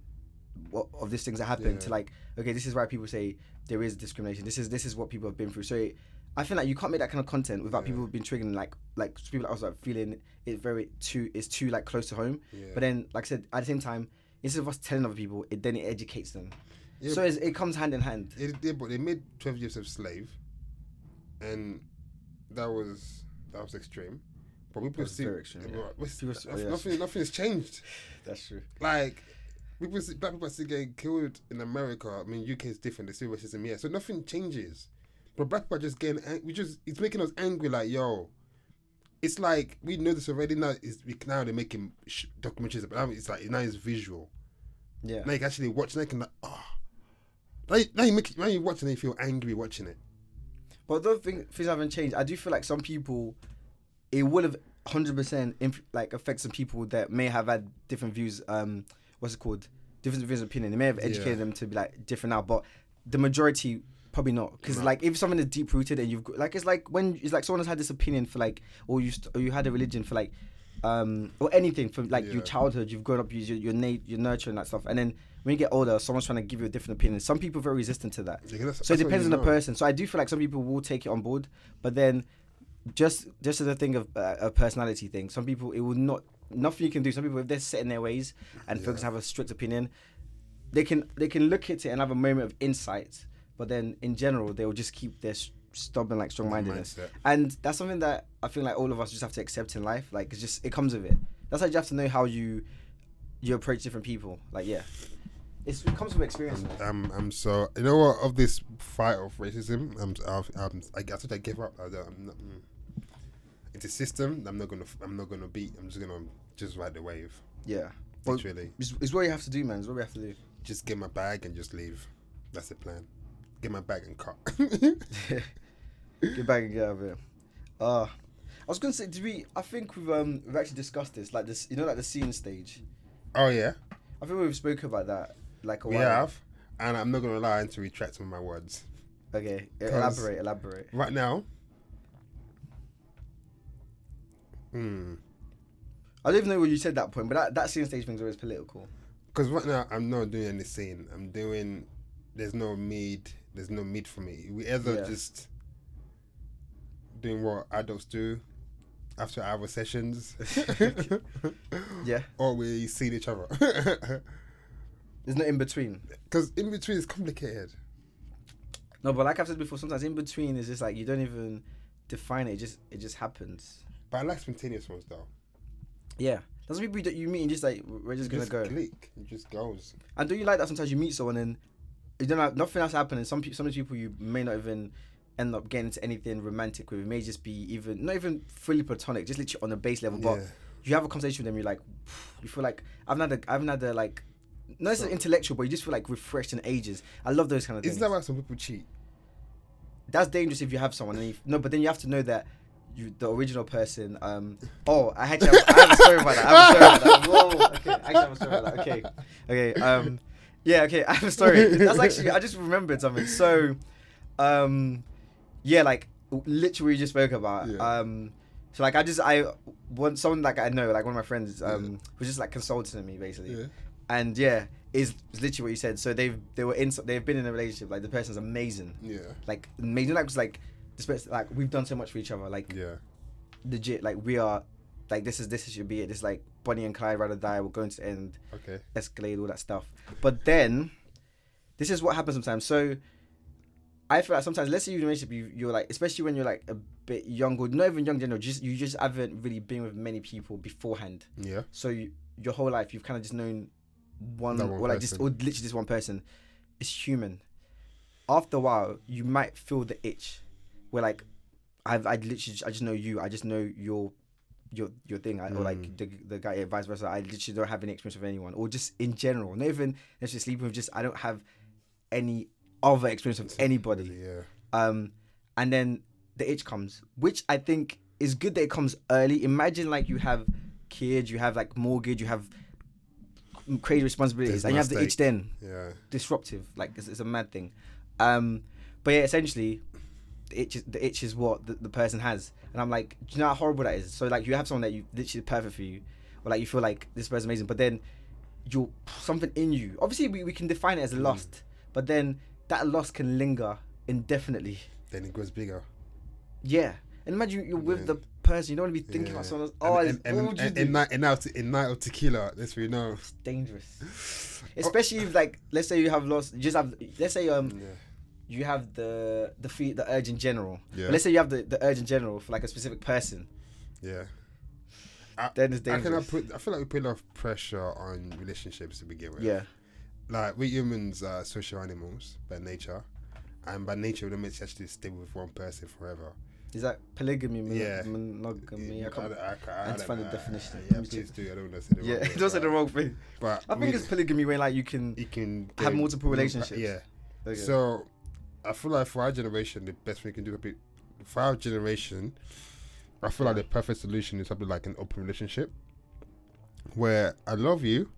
Speaker 1: what, of these things that happen to
Speaker 2: Yeah.
Speaker 1: like okay this is why people say there is discrimination this is this is what people have been through so it, i feel like you can't make that kind of content without
Speaker 2: Yeah.
Speaker 1: people being triggered like like people that was like feeling it very too it's too like close to home
Speaker 2: Yeah.
Speaker 1: but then like i said at the same time instead of us telling other people it then it educates them
Speaker 2: Yeah.
Speaker 1: so it's, it comes hand in hand
Speaker 2: They did, but they made Twelve Years of Slave, and that was that was extreme. But we
Speaker 1: was
Speaker 2: perceive
Speaker 1: very extreme, yeah. People s- oh, yeah.
Speaker 2: nothing. Nothing's changed.
Speaker 1: that's true
Speaker 2: Like people, see, black people are still getting killed in America. I mean, UK is different. There's still racism here, so nothing changes. But black people are just getting. ang- We just it's making us angry. Like yo, it's like we know this already. Now is now they're making sh- documentaries about. Now it's like now it's visual.
Speaker 1: yeah
Speaker 2: Now you can actually watch. Now you can like oh. Now you, now you make now you watch and you feel angry watching it.
Speaker 1: But although thing, things haven't changed, I do feel like some people, it would have hundred percent like affect some people that may have had different views. Um, what's it called? Different views, of opinion. It may have educated
Speaker 2: Yeah.
Speaker 1: them to be like different now, but the majority probably not. Because like if something is deep rooted and you've got, like it's like when it's like someone has had this opinion for like or you st- or you had a religion for like um or anything from like
Speaker 2: Yeah.
Speaker 1: your childhood you've grown up you you're, you're, na- you're nurturing that stuff and then when you get older someone's trying to give you a different opinion some people are very resistant to that
Speaker 2: Yeah, that's-
Speaker 1: so it
Speaker 2: that's what
Speaker 1: depends
Speaker 2: you
Speaker 1: on the
Speaker 2: know.
Speaker 1: person. So I do feel like some people will take it on board, but then just just as a thing of uh, a personality thing, some people it will not nothing you can do. Some people if they're set in their ways and folks have a strict opinion, they can they can look at it and have a moment of insight. But then in general, they will just keep their s- stubborn like strong mindedness,
Speaker 2: mindset.
Speaker 1: and that's something that I feel like all of us just have to accept in life. Like it's just it comes with it. That's why you have to know how you you approach different people. Like yeah, it's, it comes from experience. man.
Speaker 2: I'm I'm Um, so you know what of this fight of racism. I'm I've, I'm I guess I give up. I don't, I'm not. Mm. It's a system. that I'm not gonna. I'm not gonna beat. I'm just gonna just ride the wave.
Speaker 1: Yeah. Well,
Speaker 2: Literally,
Speaker 1: It's, it's what you have to do, man. It's what we have to do.
Speaker 2: just get my bag and just leave. That's the plan. Get my bag and cut. <laughs>
Speaker 1: get back and get out of here. Uh, I was gonna say, did we? I think we've um we've actually discussed this, like this, you know, like the scene stage.
Speaker 2: oh yeah,
Speaker 1: I think we've spoken about that, like a
Speaker 2: we
Speaker 1: while.
Speaker 2: have. And I'm not gonna lie and to retract some of my words.
Speaker 1: Okay, e-
Speaker 2: 'Cause-
Speaker 1: elaborate, elaborate.
Speaker 2: Right now. Hmm.
Speaker 1: I don't even know what you said that point, but that, that scene stage thing's always political.
Speaker 2: Because right now I'm not doing any scene. I'm doing. There's no need. There's no need for me. We either
Speaker 1: Yeah.
Speaker 2: just doing what adults do after our sessions,
Speaker 1: <laughs> Yeah,
Speaker 2: <laughs> or we see each other. <laughs>
Speaker 1: there's no in between.
Speaker 2: Because in between is complicated.
Speaker 1: No, but like I've said before, sometimes in between is just like you don't even define it. it just it just happens.
Speaker 2: But I like spontaneous ones though.
Speaker 1: Yeah, that's people that you meet and just like we're just
Speaker 2: It
Speaker 1: gonna
Speaker 2: just
Speaker 1: go.
Speaker 2: click. It just goes.
Speaker 1: And do you like that sometimes you meet someone and you don't have nothing else happening? Some people, some of these people you may not even end up getting into anything romantic with. It may just be even not even fully platonic, just literally on a base level. But
Speaker 2: Yeah.
Speaker 1: you have a conversation with them, you're like, you feel like I've had a, I've had a like, not as intellectual, but you just feel like refreshed in ages. I love those kind of things.
Speaker 2: Isn't that why some people cheat?
Speaker 1: That's dangerous if you have someone. And you, no, but then you have to know that you the original person. Um, oh, I actually have, I have a story about that. I have a
Speaker 2: <laughs>
Speaker 1: story about that. Whoa, okay, I actually have a story about that. Okay, okay. Um, yeah, okay. <laughs> I have a story. That's actually I just remembered something. So, um, yeah, like literally you just spoke about.
Speaker 2: Yeah.
Speaker 1: Um, so like I just I want someone like I know like one of my friends um was just like consulting me basically
Speaker 2: Yeah.
Speaker 1: and yeah is is literally what you said so they've they were in they've been in a relationship like the person's amazing
Speaker 2: Yeah.
Speaker 1: like amazing like was like this person, like we've done so much for each other like
Speaker 2: Yeah.
Speaker 1: legit like we are like this is this should be it this like Bonnie and Clyde rather die we're going to the end
Speaker 2: Okay.
Speaker 1: escalate all that stuff but then this is what happens sometimes so I feel like sometimes let's say you're in a relationship you, you're like especially when you're like a bit young or not even young in general just you just haven't really been with many people beforehand
Speaker 2: Yeah.
Speaker 1: so you, your whole life you've kind of just known one,
Speaker 2: That one
Speaker 1: or like just
Speaker 2: person.
Speaker 1: or literally just one person. It's human. After a while, you might feel the itch, where like I've I literally just, I just know you. I just know your your your thing. I, Or
Speaker 2: Mm.
Speaker 1: like the the guy, yeah, vice versa. I literally don't have any experience with anyone, or just in general, not even necessarily sleeping with. Just I don't have any other experience with anybody
Speaker 2: Yeah.
Speaker 1: um, and then the itch comes, which I think is good that it comes early. Imagine like you have kids, you have like mortgage, you have crazy responsibilities,
Speaker 2: There's
Speaker 1: and
Speaker 2: no
Speaker 1: you have the itch
Speaker 2: stake.
Speaker 1: then
Speaker 2: Yeah.
Speaker 1: disruptive. Like it's, it's a mad thing. Um, but yeah, essentially, the itch is, the itch is what the, the person has, and I'm like, do you know how horrible that is? So like, you have someone that you literally perfect for you, or like you feel like this person's amazing, but then you something in you. Obviously, we, we can define it as lust, but then that lust can linger indefinitely.
Speaker 2: Then it grows bigger.
Speaker 1: Yeah, and imagine you're with the person you don't want to be thinking about
Speaker 2: Yeah.
Speaker 1: someone else. Oh,
Speaker 2: and,
Speaker 1: it's,
Speaker 2: and,
Speaker 1: what would
Speaker 2: and,
Speaker 1: you
Speaker 2: and,
Speaker 1: do?
Speaker 2: and night and out in night of tequila. That's we know.
Speaker 1: it's
Speaker 2: <laughs>
Speaker 1: dangerous.
Speaker 2: Oh.
Speaker 1: Especially if like let's say you have lost you just have let's say um
Speaker 2: Yeah.
Speaker 1: you have the the fee, the urge in general.
Speaker 2: Yeah.
Speaker 1: But let's say you have the, the urge in general for like a specific person.
Speaker 2: Yeah.
Speaker 1: Then it's
Speaker 2: I cannot
Speaker 1: dangerous.
Speaker 2: put. I feel like we put a lot of pressure on relationships to begin with.
Speaker 1: yeah.
Speaker 2: Like we humans are social animals by nature, and by nature we don't actually stay with one person forever.
Speaker 1: Is that polygamy? Mon-
Speaker 2: Yeah.
Speaker 1: Monogamy. I can't,
Speaker 2: I, I, I,
Speaker 1: I need to
Speaker 2: don't
Speaker 1: find the
Speaker 2: know.
Speaker 1: definition.
Speaker 2: Yeah, please do. I don't want to say the
Speaker 1: yeah. <laughs>
Speaker 2: wrong word,
Speaker 1: Don't say the
Speaker 2: but-
Speaker 1: wrong thing.
Speaker 2: But
Speaker 1: I think
Speaker 2: we-
Speaker 1: it's polygamy when like you can.
Speaker 2: you can
Speaker 1: have
Speaker 2: go-
Speaker 1: multiple relationships.
Speaker 2: Yeah.
Speaker 1: Okay.
Speaker 2: So, I feel like for our generation, the best thing we can do be- for our generation, I feel like the perfect solution is something like an open relationship, where I love you,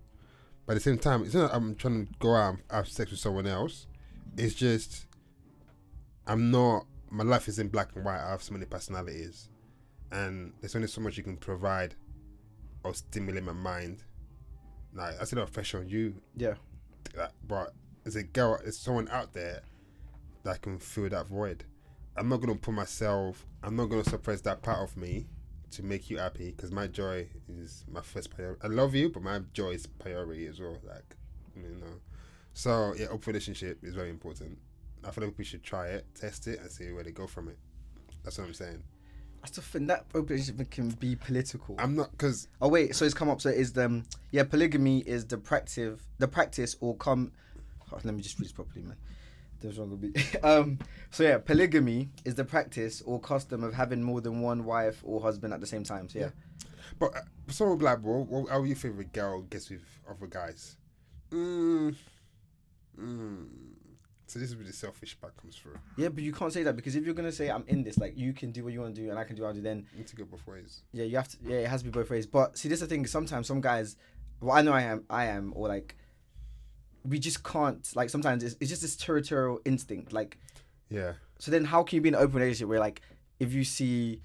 Speaker 2: but at the same time, it's not that I'm trying to go out and have sex with someone else. It's just I'm not. My life is in black and white. I have so many personalities, and there's only so much you can provide or stimulate my mind. Like that's a lot of pressure on you
Speaker 1: yeah.
Speaker 2: that, but as a girl, there's someone out there that can fill that void. I'm not gonna put myself. I'm not gonna suppress that part of me to make you happy because my joy is my first priority. I love you, but my joy is priority as well. Like you know, so yeah, open relationship is very important. I feel like we should try it, test it, and see where they go from it. That's what I'm saying.
Speaker 1: I still think that open relationship can be political.
Speaker 2: I'm not because
Speaker 1: Oh wait, so it's come up. So it is um yeah, polygamy is the practice, the practice or come. oh, let me just read this properly, man. There's wrong with me. <laughs> um, so yeah, polygamy is the practice or custom of having more than one wife or husband at the same time. So yeah,
Speaker 2: But uh, someone would be like, well, what, how your favorite girl gets with other guys? Mm. Mm. So this is where the selfish part comes through.
Speaker 1: yeah, but you can't say that because if you're gonna say I'm in this, like you can do what you want to do and I can do what I do, then
Speaker 2: You need to go both ways.
Speaker 1: yeah, you have to. Yeah, it has to be both ways. But see, this is the thing. Sometimes some guys, well, I know I am, I am, or like, we just can't. Like sometimes it's, it's just this territorial instinct. Like
Speaker 2: Yeah.
Speaker 1: so then how can you be in an open relationship where like if you see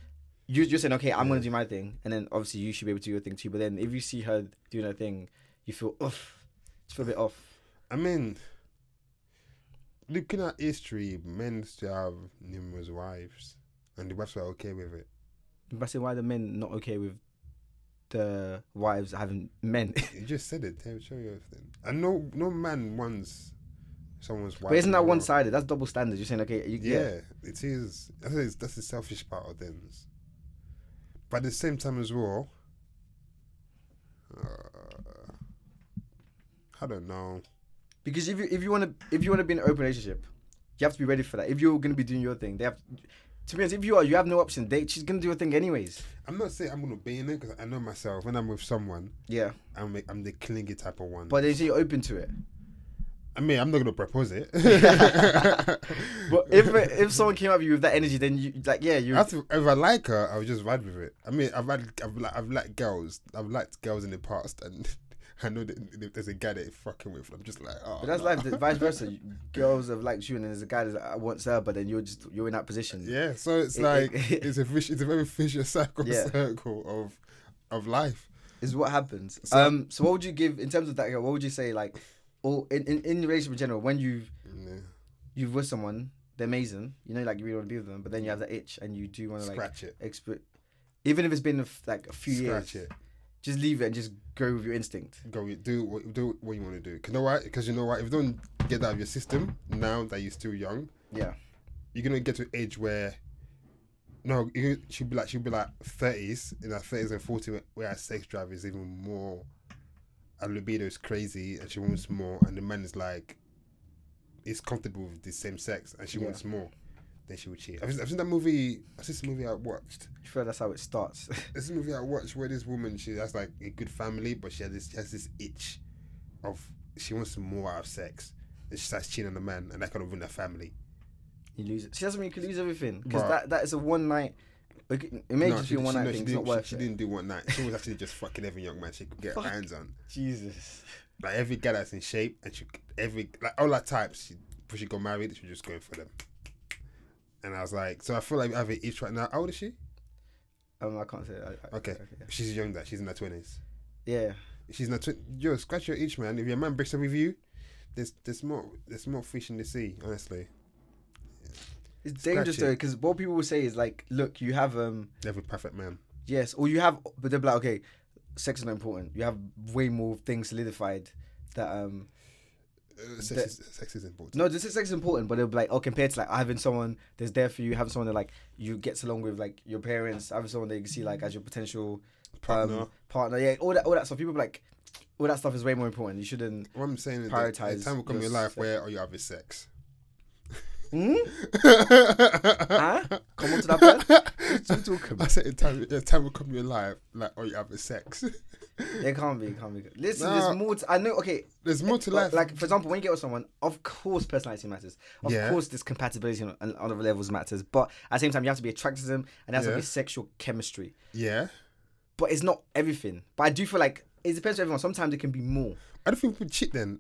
Speaker 1: you, you're saying okay i'm gonna do my thing and then obviously you should be able to do your thing too but then if you see her doing her thing you feel off just feel a bit off
Speaker 2: I mean, looking at history, men used to have numerous wives, and the wives were okay with it.
Speaker 1: but why are the men not okay with the wives having men <laughs>
Speaker 2: You just said it. Tell show you everything. And no, no man wants someone's wife.
Speaker 1: but isn't
Speaker 2: in
Speaker 1: that
Speaker 2: the
Speaker 1: one
Speaker 2: house.
Speaker 1: sided that's double standards you're saying okay you, yeah.
Speaker 2: Yeah, it is. That is that's the selfish part of things. But at the same time as well, uh, I don't know.
Speaker 1: because if you if you want to if you want to be in an open relationship you have to be ready for that if you're gonna be doing your thing they have to be honest if you are you have no option they she's gonna do her thing anyways
Speaker 2: I'm not saying I'm gonna be in it because I know myself. When I'm with someone,
Speaker 1: yeah
Speaker 2: I'm a, I'm the clingy type of one.
Speaker 1: but they say you're open to it
Speaker 2: I mean, I'm not gonna
Speaker 1: <laughs>
Speaker 2: propose it. <laughs>
Speaker 1: But if if someone came up with you with that energy, then you like yeah you.
Speaker 2: That's- if I like her, I would just ride with it. I mean, I've had, I've, li- I've liked girls, I've liked girls in the past, and <laughs> I know that if there's a guy that it fucking with, I'm just like, oh.
Speaker 1: But that's
Speaker 2: nah.
Speaker 1: life. th-
Speaker 2: <laughs>
Speaker 1: Vice versa, You- girls have liked you, and then there's a guy that uh, wants her, but then you're just you're in that position.
Speaker 2: Yeah, so
Speaker 1: <laughs>
Speaker 2: it's
Speaker 1: It- it-
Speaker 2: like it's a fish, it's a very vicious <laughs> cycle,
Speaker 1: Yeah.
Speaker 2: circle of of life.
Speaker 1: Is what happens.
Speaker 2: So-
Speaker 1: um. So what would you give in terms of that? girl, What would you say like, or in in, in relationship in general when you
Speaker 2: Yeah.
Speaker 1: you've with someone, they're amazing. You know, like you really want to be with them, but then you have that itch and you do want to like
Speaker 2: Scratch it,
Speaker 1: exp- even if it's been a f- like a few
Speaker 2: scratch
Speaker 1: years,
Speaker 2: it.
Speaker 1: just leave it and just go with your instinct.
Speaker 2: Go with- do what do what you want to do. 'Cause You know why? Because you know why? If you don't get that out of your system now that you're still young,
Speaker 1: Yeah.
Speaker 2: you're gonna get to an age where no, you, she'll be like she'll be like thirties in her thirties and forties, where sex drive is even more. Her libido is crazy, and she wants more, and the man is like, is comfortable with the same sex, and she
Speaker 1: Yeah.
Speaker 2: wants more. Then she would cheat. I've, I've seen that movie. I've seen this movie I watched.
Speaker 1: I feel that's how it starts.
Speaker 2: This movie I watched where this woman she has like a good family, but she has this she has this itch of she wants more out of sex, and she starts cheating on the man, and that kind of ruin her family.
Speaker 1: you lose it. See, that's when you can lose everything because
Speaker 2: Bruh.
Speaker 1: that that is a one night. It c- it may
Speaker 2: No,
Speaker 1: just be
Speaker 2: she
Speaker 1: a
Speaker 2: did-
Speaker 1: one
Speaker 2: she-
Speaker 1: night
Speaker 2: no,
Speaker 1: thing.
Speaker 2: She,
Speaker 1: It's
Speaker 2: didn't,
Speaker 1: not worth
Speaker 2: she, she
Speaker 1: it.
Speaker 2: didn't do one night. She was actually just fucking every young man she could get her
Speaker 1: Fuck.
Speaker 2: hands on.
Speaker 1: Jesus.
Speaker 2: Like every guy that's in shape, and she every like all her types. She before she got married, she was just going for them. And I was like, so I feel like I have an itch right now. How old is she?
Speaker 1: Um, I can't say. That. I- I-
Speaker 2: Okay. She's young. That she's in her twenties.
Speaker 1: Yeah.
Speaker 2: She's not. Tw- Yo, scratch your itch, man. If your man breaks up with you, there's there's more there's more fish in the sea. Honestly,
Speaker 1: It's
Speaker 2: Scratch
Speaker 1: dangerous
Speaker 2: it.
Speaker 1: though because what people will say is like, look, you have um
Speaker 2: never perfect man.
Speaker 1: yes, or you have, but they're like, okay, sex is not important. You have way more things solidified that um
Speaker 2: Uh, sex,
Speaker 1: That-
Speaker 2: is, sex is important.
Speaker 1: No, this is sex is important, but they'll be like, oh, compared to like having someone that's there for you, having someone that like you gets along with, like your parents, having someone that you can see like as your potential
Speaker 2: Partner.
Speaker 1: um, partner, yeah, all that, all that stuff. People be like, all that stuff is way more important. You shouldn't.
Speaker 2: What I'm saying is, that the
Speaker 1: Prioritize
Speaker 2: time will come in your
Speaker 1: your
Speaker 2: life
Speaker 1: sex.
Speaker 2: where all you have is <laughs> sex.
Speaker 1: Hmm?
Speaker 2: huh?
Speaker 1: Huh? Come on to that
Speaker 2: <laughs>
Speaker 1: word. What you talking
Speaker 2: I
Speaker 1: about?
Speaker 2: said, in time, the time will come in your life, like all you have is sex. <laughs>
Speaker 1: It can't be. It can't be. Listen,
Speaker 2: No.
Speaker 1: there's more. To, I know. Okay,
Speaker 2: There's more to
Speaker 1: like,
Speaker 2: life.
Speaker 1: like for example, when you get with someone, of course, personality matters. Of
Speaker 2: Yeah.
Speaker 1: course, this compatibility on, on other levels matters. But at the same time, you have to be attracted to them, and there has to
Speaker 2: Yeah.
Speaker 1: be sexual chemistry.
Speaker 2: yeah,
Speaker 1: but it's not everything. But I do feel like it depends on everyone. Sometimes it can be more
Speaker 2: I don't think people cheat then.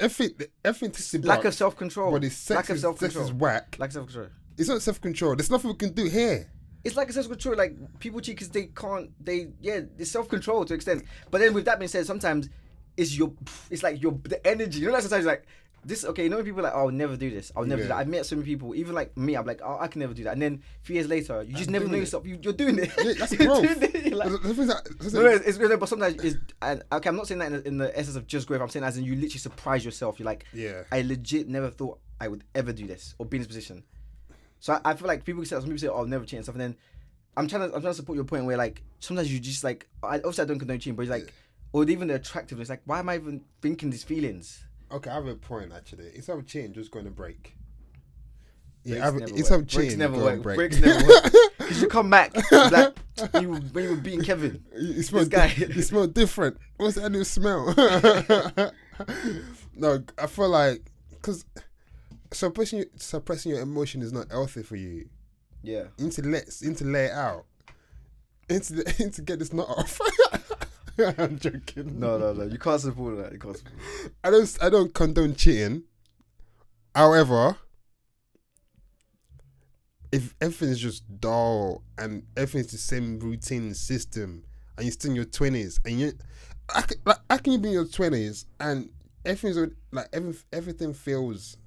Speaker 2: Everything, everything is about,
Speaker 1: lack of self control.
Speaker 2: but it's sex
Speaker 1: Lack of
Speaker 2: is-
Speaker 1: self
Speaker 2: sex is
Speaker 1: control.
Speaker 2: whack.
Speaker 1: Lack of self control.
Speaker 2: It's not self control. There's nothing we can do here.
Speaker 1: It's like a self control. Like people cheat because they can't. They yeah, it's self control to an extent. But then with that being said, sometimes it's your. It's like your the energy. You know, like sometimes like. This okay, you know when people are like, oh, I'll never do this. I'll never do
Speaker 2: Yeah.
Speaker 1: that. I've met so many people, even like me. I'm like, oh, I can never do that. And then a few years later, you just never
Speaker 2: doing
Speaker 1: know
Speaker 2: it.
Speaker 1: yourself. You, you're doing it.
Speaker 2: Yeah, <laughs>
Speaker 1: <laughs>
Speaker 2: that's
Speaker 1: You're
Speaker 2: growth.
Speaker 1: doing it. You're like-
Speaker 2: There's- there's things that- there's
Speaker 1: No, no,
Speaker 2: things-
Speaker 1: it's, it's, no, but sometimes it's. And, okay, I'm not saying that in the, in the essence of just growth. I'm saying as in you literally surprise yourself. You're like,
Speaker 2: Yeah.
Speaker 1: I legit never thought I would ever do this or be in this position. So I, I feel like people say some people say, "Oh, I'll never cheat and stuff," and then I'm trying to I'm trying to support your point where like sometimes you just like I, obviously I don't condone cheating, but it's like or even the attractiveness. Like, why am I even thinking these feelings?
Speaker 2: Okay, I have a point actually. It's not change, just going to break. Yeah,
Speaker 1: Breaks
Speaker 2: I have,
Speaker 1: never
Speaker 2: it's
Speaker 1: work.
Speaker 2: not
Speaker 1: Breaks
Speaker 2: change.
Speaker 1: never
Speaker 2: go
Speaker 1: work.
Speaker 2: and break.
Speaker 1: Breaks never work. Because you come back you're like you when you were beating Kevin.
Speaker 2: <laughs> It smells.
Speaker 1: guy.
Speaker 2: It smells different. What's that new smell? <laughs> no, I feel like because suppressing suppressing your emotion is not healthy for you.
Speaker 1: Yeah.
Speaker 2: You need to let you need to lay it out. You need to, <laughs> you need to get this knot off. <laughs> I'm joking.
Speaker 1: No, no, no. You can't support that. You can't support. That.
Speaker 2: I don't. I don't condone cheating. However, if everything is just dull and everything's the same routine system, and you're still in your twenties, and you, how can, like, how can you be in your twenties and everything's al- like every, everything feels,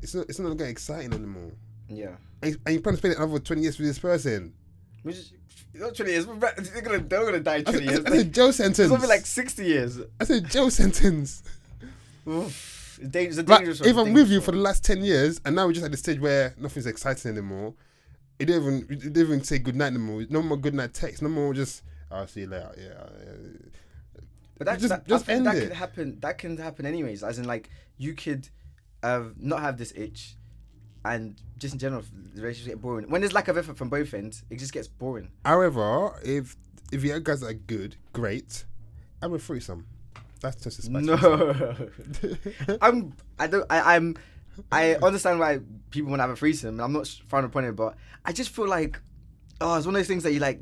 Speaker 2: it's not it's not getting exciting anymore,
Speaker 1: Yeah.
Speaker 2: and, you- and you plan to spend another twenty years with this person.
Speaker 1: Which is not 20 years. We're back- They're gonna, they're gonna die in
Speaker 2: That's,
Speaker 1: 20 years.
Speaker 2: that's a jail
Speaker 1: It's
Speaker 2: sentence.
Speaker 1: gonna be like 60 years.
Speaker 2: that's a jail sentence.
Speaker 1: Oof. It's dangerous. It's a
Speaker 2: Like,
Speaker 1: dangerous
Speaker 2: if
Speaker 1: one,
Speaker 2: I'm
Speaker 1: dangerous
Speaker 2: with you for
Speaker 1: one.
Speaker 2: the last ten years, and now we're just at the stage where nothing's exciting anymore, it didn't even it didn't even say goodnight anymore. No more goodnight text. No more just I'll see you later. Yeah, yeah.
Speaker 1: but that,
Speaker 2: just-
Speaker 1: that, I
Speaker 2: just
Speaker 1: think
Speaker 2: end
Speaker 1: that
Speaker 2: it.
Speaker 1: could happen. That can happen anyways. As in, like you could uh, not have this itch, and just in general, the relationship get boring. When there's lack of effort from both ends, it just gets boring.
Speaker 2: However, if if you guys are good, great. I'm a threesome. That's just a spice.
Speaker 1: No, <laughs>
Speaker 2: <laughs>
Speaker 1: I'm. I don't. I, I'm. I understand why people want to have a threesome. I'm not frowning upon it, but I just feel like, oh, it's one of those things that you like.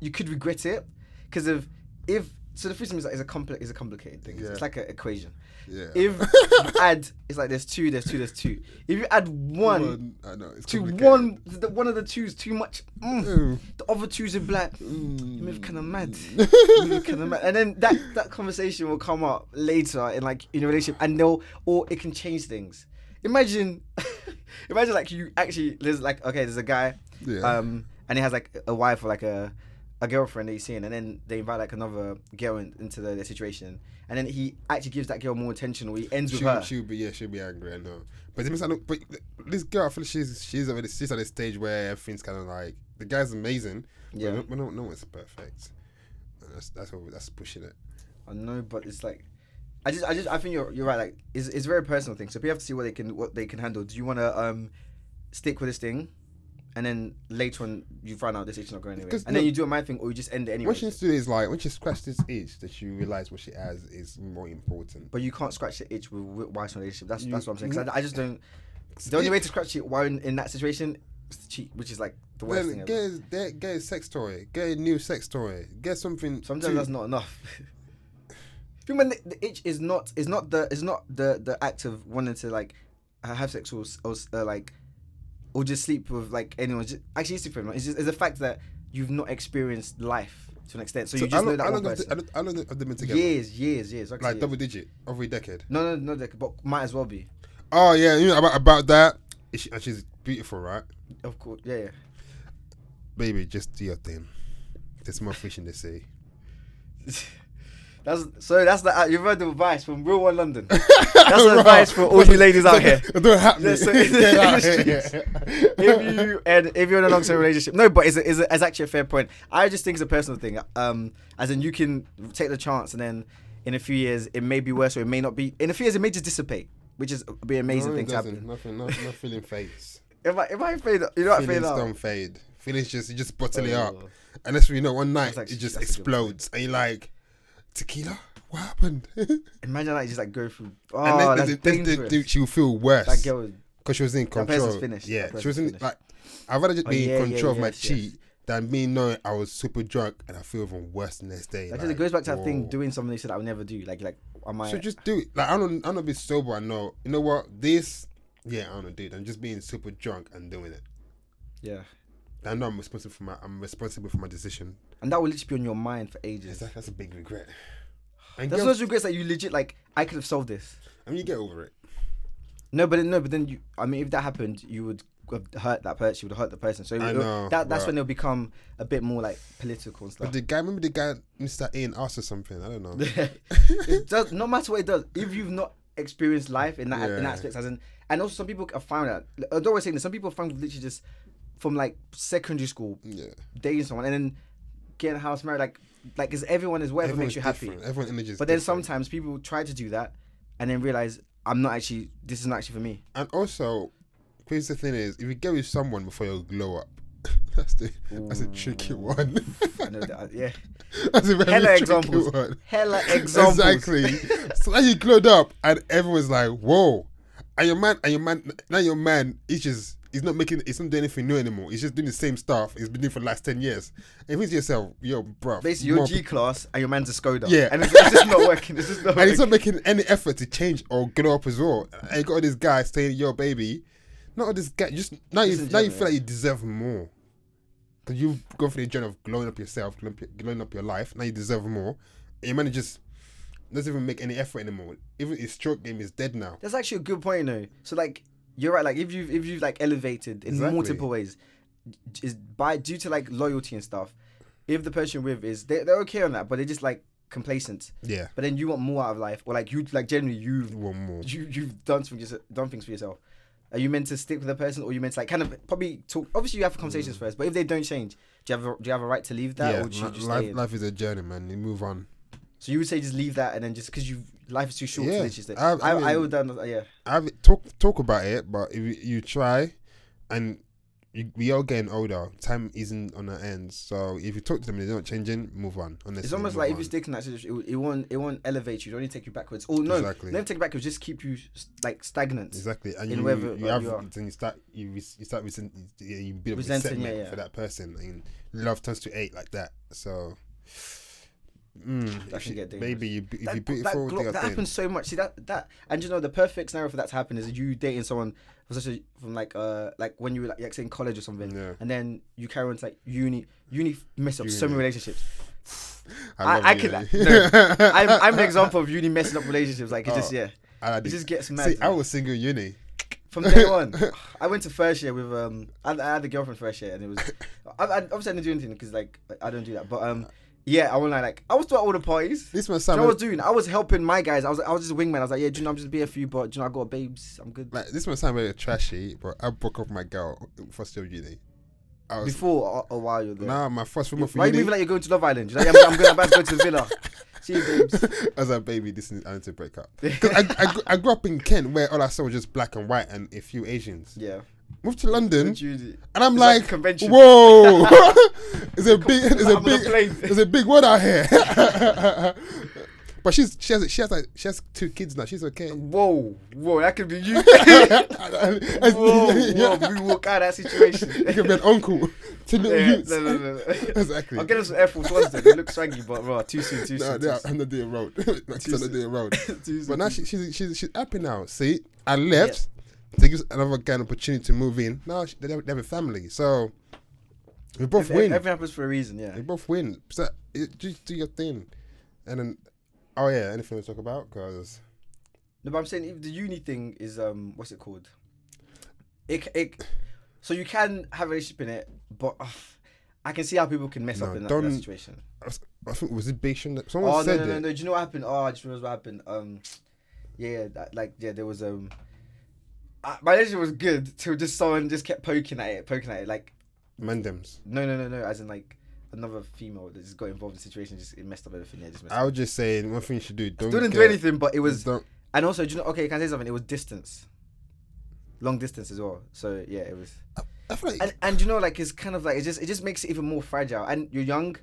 Speaker 1: You could regret it because if if so the threesome is, is a complex is a complicated thing. It's- It's
Speaker 2: Yeah.
Speaker 1: like an equation.
Speaker 2: yeah. <laughs>
Speaker 1: If you add, it's like there's two, there's two, there's two. If you add one
Speaker 2: I know. It's
Speaker 1: to
Speaker 2: complicated.
Speaker 1: one, the, one of the two's too much. Mm.
Speaker 2: Mm.
Speaker 1: The other two's are black. You move
Speaker 2: Mm.
Speaker 1: kind of mad. You move kind of mad. And then that, that conversation will come up later in like in a relationship, and they'll or it can change things. Imagine, <laughs> imagine like you actually there's like okay there's a guy,
Speaker 2: Yeah.
Speaker 1: um, and he has like a wife or like a a girlfriend that he's seeing, and then they invite like another girl in, into the, their situation, and then he actually gives that girl more attention, or he ends with
Speaker 2: She,
Speaker 1: her.
Speaker 2: she'll be yeah, she'll be angry. I know, but the misunderstanding- but this girl, I feel she's she's already she's at a stage where everything's kind of like the guy's amazing.
Speaker 1: Yeah.
Speaker 2: Yeah, but no, no, no one's perfect. And That's that's what, that's pushing it.
Speaker 1: I know, but it's like, I just, I just, I think you're, you're right. Like, it's, it's a very personal thing. So people have to see what they can, what they can handle. Do you want to um, stick with this thing, and then later on you find out this itch not going anywhere,
Speaker 2: Because
Speaker 1: and then
Speaker 2: no-
Speaker 1: you do a my thing, or you just end it anyway.
Speaker 2: What she needs to do is like when she scratches this itch, that she realize what she has is more important.
Speaker 1: But you can't scratch the itch with, with whilst in a relationship. That's
Speaker 2: You-
Speaker 1: that's what I'm saying. 'Cause I, I just don't. The only way to scratch it while in, in that situation is to cheat, which is like the worst
Speaker 2: Then
Speaker 1: thing.
Speaker 2: get,
Speaker 1: Ever.
Speaker 2: a- get get a sex toy, get a new sex toy, get something.
Speaker 1: Sometimes
Speaker 2: to-
Speaker 1: that's not enough. <laughs> Think when the, the itch is not is not the is not the the act of wanting to like ha- have sex or, s- or s- uh, like or just sleep with like anyone. Just, actually, it's different. It's just it's the fact that you've not experienced life to an extent, so,
Speaker 2: So
Speaker 1: you just
Speaker 2: how
Speaker 1: know
Speaker 2: long-
Speaker 1: that
Speaker 2: how
Speaker 1: one
Speaker 2: long have they-
Speaker 1: person.
Speaker 2: How long have they been together?
Speaker 1: years, years, years. Like,
Speaker 2: Like
Speaker 1: years.
Speaker 2: double digit over a decade.
Speaker 1: No, no, no. they- But might as well be.
Speaker 2: Oh yeah, you know about about that. Is she- and she's beautiful, right?
Speaker 1: Of course, yeah, yeah.
Speaker 2: Baby, just do your thing. There's more fish in the sea.
Speaker 1: That's so. That's the you've heard the advice from Real One London. <laughs> <laughs> That's the advice for all you ladies <laughs> out here.
Speaker 2: <laughs> Don't have me.
Speaker 1: That's so-
Speaker 2: Get out
Speaker 1: in the
Speaker 2: here.
Speaker 1: <laughs> if you and if you're in a long term relationship, no, but it's, a, it's, a, it's actually a fair point. I just think it's a personal thing. Um, as in you can take the chance, and then in a few years it may be worse, or it may not be. In a few years it may just dissipate, which is be an amazing
Speaker 2: No, it
Speaker 1: thing to
Speaker 2: doesn't.
Speaker 1: happen.
Speaker 2: Nothing. No, no feeling fades.
Speaker 1: If I if I fade, you know what I fade
Speaker 2: Feelings
Speaker 1: out.
Speaker 2: don't fade. Feelings just you just bottle it up.
Speaker 1: Oh.
Speaker 2: Unless we know one night
Speaker 1: That's actually-
Speaker 2: it just
Speaker 1: that's a good point.
Speaker 2: explodes and you're like, tequila. What happened? <laughs> and
Speaker 1: Imagine that you just like go through. Oh,
Speaker 2: then,
Speaker 1: that's
Speaker 2: then- then- then
Speaker 1: dangerous.
Speaker 2: she will feel worse.
Speaker 1: that girl. is-
Speaker 2: because she was in
Speaker 1: person's
Speaker 2: control.
Speaker 1: finished. That
Speaker 2: Yeah,
Speaker 1: person's
Speaker 2: she was in
Speaker 1: finished.
Speaker 2: like. I'd rather just
Speaker 1: Oh,
Speaker 2: be
Speaker 1: yeah, yeah,
Speaker 2: in control of my
Speaker 1: yes, yes.
Speaker 2: cheat than me knowing I was super drunk and I feel even worse the next day.
Speaker 1: That just it
Speaker 2: like,
Speaker 1: goes back to that thing
Speaker 2: whoa.
Speaker 1: doing something they said I would never do. Like like am I?
Speaker 2: So just do it. Like I don't, I'm not be sober. I know. You know what? This, yeah, I don't do it. I'm just being super drunk and doing it.
Speaker 1: yeah.
Speaker 2: I know I'm responsible for my, I'm responsible for my decision.
Speaker 1: And that will literally be on your mind for ages.
Speaker 2: It's like, that's a big regret. And
Speaker 1: That's
Speaker 2: girls-
Speaker 1: those regrets that you legit like. I could have solved this.
Speaker 2: I mean, you get over it.
Speaker 1: No, but then- no, but then you. I mean, if that happened, you would have hurt that person. You would have hurt the person. So
Speaker 2: I
Speaker 1: it'll-
Speaker 2: know,
Speaker 1: that that's
Speaker 2: right.
Speaker 1: when it'll become a bit more like political and
Speaker 2: But
Speaker 1: stuff.
Speaker 2: the guy, remember the guy, Mr. Ian asked or something. I
Speaker 1: <laughs>
Speaker 2: don't know.
Speaker 1: it does no matter what it does. If you've not experienced life in that in
Speaker 2: Yeah.
Speaker 1: that aspect, as in, and also some people are found out. I don't always saying this. Some people find literally just from like secondary school
Speaker 2: yeah.
Speaker 1: dating someone and then getting house married. Like like is everyone is whatever
Speaker 2: Everyone's
Speaker 1: makes you happy.
Speaker 2: different. Everyone energy is
Speaker 1: But then
Speaker 2: different.
Speaker 1: sometimes people try to do that and then realize I'm not actually. This is not actually for me.
Speaker 2: And also, here's the thing is, if you get with someone before you glow up, <laughs> that's the that's a tricky one. <laughs>
Speaker 1: I know that. Yeah.
Speaker 2: that's a very
Speaker 1: Hella
Speaker 2: tricky
Speaker 1: examples.
Speaker 2: one. <laughs>
Speaker 1: Hella examples.
Speaker 2: Exactly. so now you glowed up, and everyone's like, "Whoa!" And your man, and your man, now your man, he's just he's not making, he's not doing anything new anymore. He's just doing the same stuff he's been doing for the last ten years. And you think to yourself, "Yo, bro,
Speaker 1: Basically, you're G class and your man's a Skoda.
Speaker 2: Yeah.
Speaker 1: and it's, it's just not working. It's just not
Speaker 2: <laughs> and he's
Speaker 1: working.
Speaker 2: not making any effort to change or grow up as well. And you got all this guy saying, "Yo, baby," not all this guy. Just now, you,
Speaker 1: Listen,
Speaker 2: now you
Speaker 1: Jeremy.
Speaker 2: feel like you deserve more because you've gone through the journey of glowing up yourself, glowing up your, glowing up your life. Now you deserve more. And your man just doesn't even make any effort anymore. Even his stroke game is dead now.
Speaker 1: That's actually a good point, though. So like, you're right. Like if you have if you've like elevated in
Speaker 2: Exactly.
Speaker 1: multiple ways, j- is by due to like loyalty and stuff. If the person you're with is they they're okay on that, but they're just like complacent.
Speaker 2: Yeah,
Speaker 1: But then you want more out of life, or like you like generally you
Speaker 2: one more.
Speaker 1: you you've done some just done things for yourself. Are you meant to stick with the person, or you meant to like kind of probably talk? Obviously, you have conversations first, but if they don't change, do you have a, do you have a right to leave that,
Speaker 2: Mm. Yeah,
Speaker 1: or should you
Speaker 2: li-
Speaker 1: just stay
Speaker 2: life,
Speaker 1: in?
Speaker 2: life is a journey, man. You move on.
Speaker 1: So you would say just leave that and then just because you life is too short
Speaker 2: Yeah,
Speaker 1: to literally. Stay. I,
Speaker 2: I-
Speaker 1: I,
Speaker 2: I
Speaker 1: I
Speaker 2: mean-
Speaker 1: would done yeah.
Speaker 2: have talk talk about it, but if you, you try and you, we are getting older. Time isn't on our ends. So if you talk to them and they're not changing, move on. Honestly,
Speaker 1: It's almost
Speaker 2: move
Speaker 1: like if you
Speaker 2: on.
Speaker 1: stick in that situation, it, will- it won't it won't elevate you. It will only take you backwards. Or no,
Speaker 2: Exactly.
Speaker 1: never take you backwards. Just keep you s- like stagnant.
Speaker 2: Exactly, and
Speaker 1: in
Speaker 2: you,
Speaker 1: wherever
Speaker 2: you
Speaker 1: you
Speaker 2: have
Speaker 1: are.
Speaker 2: then you start you res- you start resent, you, you build up
Speaker 1: Resenting,
Speaker 2: resentment
Speaker 1: yeah, yeah.
Speaker 2: for that person, and love turns to hate like that. So, mm,
Speaker 1: That
Speaker 2: if
Speaker 1: can
Speaker 2: you-
Speaker 1: get dangerous.
Speaker 2: maybe you if you
Speaker 1: That,
Speaker 2: put it
Speaker 1: that
Speaker 2: forward,
Speaker 1: glo-
Speaker 2: they are
Speaker 1: that
Speaker 2: thin.
Speaker 1: happens so much. See that that, and you know the perfect scenario for that to happen is you dating someone from such a from like uh like when you were like, like say in college or something,
Speaker 2: Yeah.
Speaker 1: and then you carry on to like uni uni mess up so many
Speaker 2: Uni. <laughs>
Speaker 1: relationships.
Speaker 2: love
Speaker 1: I, I
Speaker 2: you, <laughs>
Speaker 1: could.
Speaker 2: Eddie.
Speaker 1: No, I'm I'm an example of uni messing up relationships. Like it's just
Speaker 2: Oh,
Speaker 1: yeah,
Speaker 2: And <laughs> I
Speaker 1: it
Speaker 2: did-
Speaker 1: just gets mad.
Speaker 2: See, I was single uni.
Speaker 1: from day
Speaker 2: <laughs>
Speaker 1: one. I went to first year with um, I, I had a girlfriend first year, and it
Speaker 2: <laughs>
Speaker 1: was I, I obviously I didn't do anything because like I don't do that. But um, yeah, I won't lie. Like I was throughout all the parties.
Speaker 2: This must
Speaker 1: Do you
Speaker 2: sound
Speaker 1: know what I was doing? I was helping my guys. I was I was just a wingman. I was like, yeah, do you know I'm just BFU, but do you know I got babes. I'm good.
Speaker 2: like this must sound very trashy, but I broke up with my girl first year of uni. I was
Speaker 1: Before a, a while you're there.
Speaker 2: nah, my first woman for
Speaker 1: Why are you
Speaker 2: uni.
Speaker 1: moving like you're going to Love Island? You're like, yeah, I'm, I'm, good, I'm about to go to the
Speaker 2: <laughs>
Speaker 1: villa. <laughs> See you, babes. <laughs>
Speaker 2: I was like, baby, this is I need to break up. 'Cause I, I, gr- I grew up in Kent where all I saw was just black and white and a few Asians.
Speaker 1: Yeah.
Speaker 2: Moved to London
Speaker 1: What you do?
Speaker 2: and I'm
Speaker 1: It's like a
Speaker 2: like,
Speaker 1: convention. <laughs>
Speaker 2: whoa, <laughs> it's a big, it's
Speaker 1: I'm
Speaker 2: a
Speaker 1: on a plane.
Speaker 2: big, it's a big word out here. <laughs> but she's she has she has like, she has two kids now. She's
Speaker 1: <laughs>
Speaker 2: okay. <laughs>
Speaker 1: Whoa, whoa, that could be you. whoa, whoa,
Speaker 2: <laughs> whoa,
Speaker 1: we walk out of that situation.
Speaker 2: <laughs> You can be an
Speaker 1: <laughs>
Speaker 2: uncle to little
Speaker 1: Yeah,
Speaker 2: youths.
Speaker 1: no, no, no, no.
Speaker 2: <laughs> exactly.
Speaker 1: I'll get him some Air Force Ones then. They look swaggy, but bro, too soon, too
Speaker 2: No,
Speaker 1: soon.
Speaker 2: they
Speaker 1: too
Speaker 2: are
Speaker 1: soon.
Speaker 2: on the day road. <laughs> Not on the
Speaker 1: soon.
Speaker 2: day road.
Speaker 1: <laughs> Too soon.
Speaker 2: But now she, she's she's she's happy now. See, I left to give another guy an opportunity to move in. Now she, they, have, they have a family, so we
Speaker 1: Ev-
Speaker 2: both win.
Speaker 1: Everything happens for a reason, yeah.
Speaker 2: we both win. So it, just do your thing, and then oh yeah, anything to talk about? Because
Speaker 1: No, but I'm saying if the uni thing is um, what's it called? It, c- it, so you can have a relationship in it, but ugh, I can see how people can mess
Speaker 2: No,
Speaker 1: up in that,
Speaker 2: don't-
Speaker 1: that situation.
Speaker 2: I think was it Bishon that someone
Speaker 1: Oh no,
Speaker 2: said
Speaker 1: no, no,
Speaker 2: it.
Speaker 1: no. Do you know what happened? Oh, I just remember what happened. Um, yeah, yeah, that, like yeah, there was um, I, my relationship was good till just someone just kept poking at it, poking at it, like.
Speaker 2: Mandems.
Speaker 1: No, no, no, no. As in like another female that just got involved in the situation, just it messed up everything. Yeah, just messed up.
Speaker 2: I was just saying one thing you should do. Don't
Speaker 1: Didn't do
Speaker 2: get-
Speaker 1: anything, but it was.
Speaker 2: Don't,
Speaker 1: And also, do you know? Okay, can I say something? It was distance, long distance as well. So yeah, it was.
Speaker 2: I feel like
Speaker 1: And and you know, like it's kind of like it just it just makes it even more fragile. And you're young,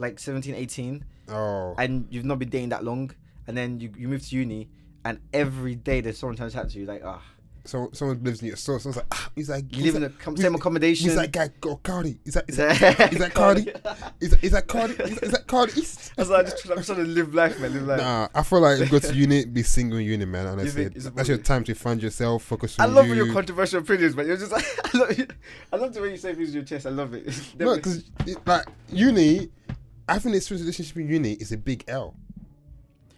Speaker 1: like 17, 18,
Speaker 2: oh
Speaker 1: and you've not been dating that long, and then you you move to uni, and every day there's someone trying to chat to you, like ah,
Speaker 2: so someone lives near your source. Someone's like, ah, he's like,
Speaker 1: you live in the com- same accommodation.
Speaker 2: He's that guy, go Cardi. Is that
Speaker 1: Is
Speaker 2: is that
Speaker 1: that-
Speaker 2: is
Speaker 1: <laughs>
Speaker 2: that Cardi? Is that, is that Cardi? Is, is that Cardi East?
Speaker 1: I was like, I'm just
Speaker 2: <laughs>
Speaker 1: trying, I'm trying to live life, man. Live life.
Speaker 2: Nah, I feel like go to unit, be single unit, man. Honestly,
Speaker 1: think it's a
Speaker 2: that's your
Speaker 1: problem?
Speaker 2: time to find yourself, focus
Speaker 1: I
Speaker 2: on
Speaker 1: love
Speaker 2: you.
Speaker 1: your controversial opinions, but you're just <laughs> I love, you- I love the way you say things with your chest. I love it. <laughs>
Speaker 2: No, because like uni, having this relationship in uni is a big L.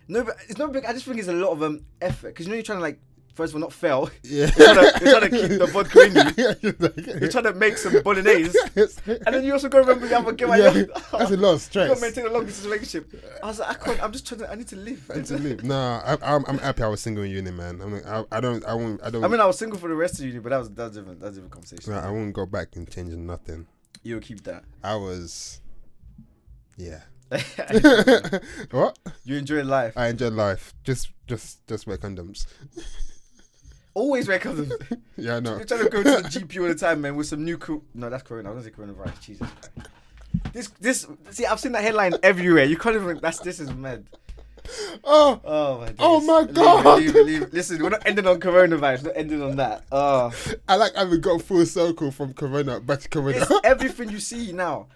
Speaker 1: No, but it's not big. I just think it's a lot of um effort because you know you're trying to like first of all not fail. <laughs>
Speaker 2: <laughs> Yeah,
Speaker 1: You're trying to, you're trying to keep the bod
Speaker 2: <laughs>
Speaker 1: creamy. You're
Speaker 2: you're
Speaker 1: trying to make some
Speaker 2: <laughs>
Speaker 1: bolognese, and then you also got to remember you have a girl. <laughs>
Speaker 2: yeah, <laughs>
Speaker 1: Yeah, you
Speaker 2: that's a lot of
Speaker 1: got
Speaker 2: stress.
Speaker 1: to maintain a long distance relationship. I was like, I can't. I'm just trying to. I need to live.
Speaker 2: And to live. Nah, I, I'm, I'm happy I was single in uni, man. I'm, like, I, I don't, I won't, I don't.
Speaker 1: I mean, I was single for the rest of uni, but that was that's different. That's a different conversation.
Speaker 2: nah, I won't go back and change nothing.
Speaker 1: You'll keep
Speaker 2: <laughs>
Speaker 1: that. <laughs>
Speaker 2: I was, yeah. what?
Speaker 1: you enjoy life.
Speaker 2: I enjoy life. Just, just, just wear condoms. <laughs>
Speaker 1: Always wear condoms.
Speaker 2: Yeah, I know.
Speaker 1: You're trying to go to the GP all the time, man, with some new cool. No, that's Corona. I was gonna say coronavirus. Jesus. This, this. See, I've seen that headline everywhere. You can't even. That's this is mad.
Speaker 2: <laughs> Oh,
Speaker 1: Oh my. Days.
Speaker 2: Oh, my
Speaker 1: Leave it, leave
Speaker 2: God.
Speaker 1: it, leave it. Listen, we're not ending on coronavirus. We're not ending on that. Oh,
Speaker 2: I like how we got full circle from Corona back to Corona. <laughs>
Speaker 1: it's everything you see now.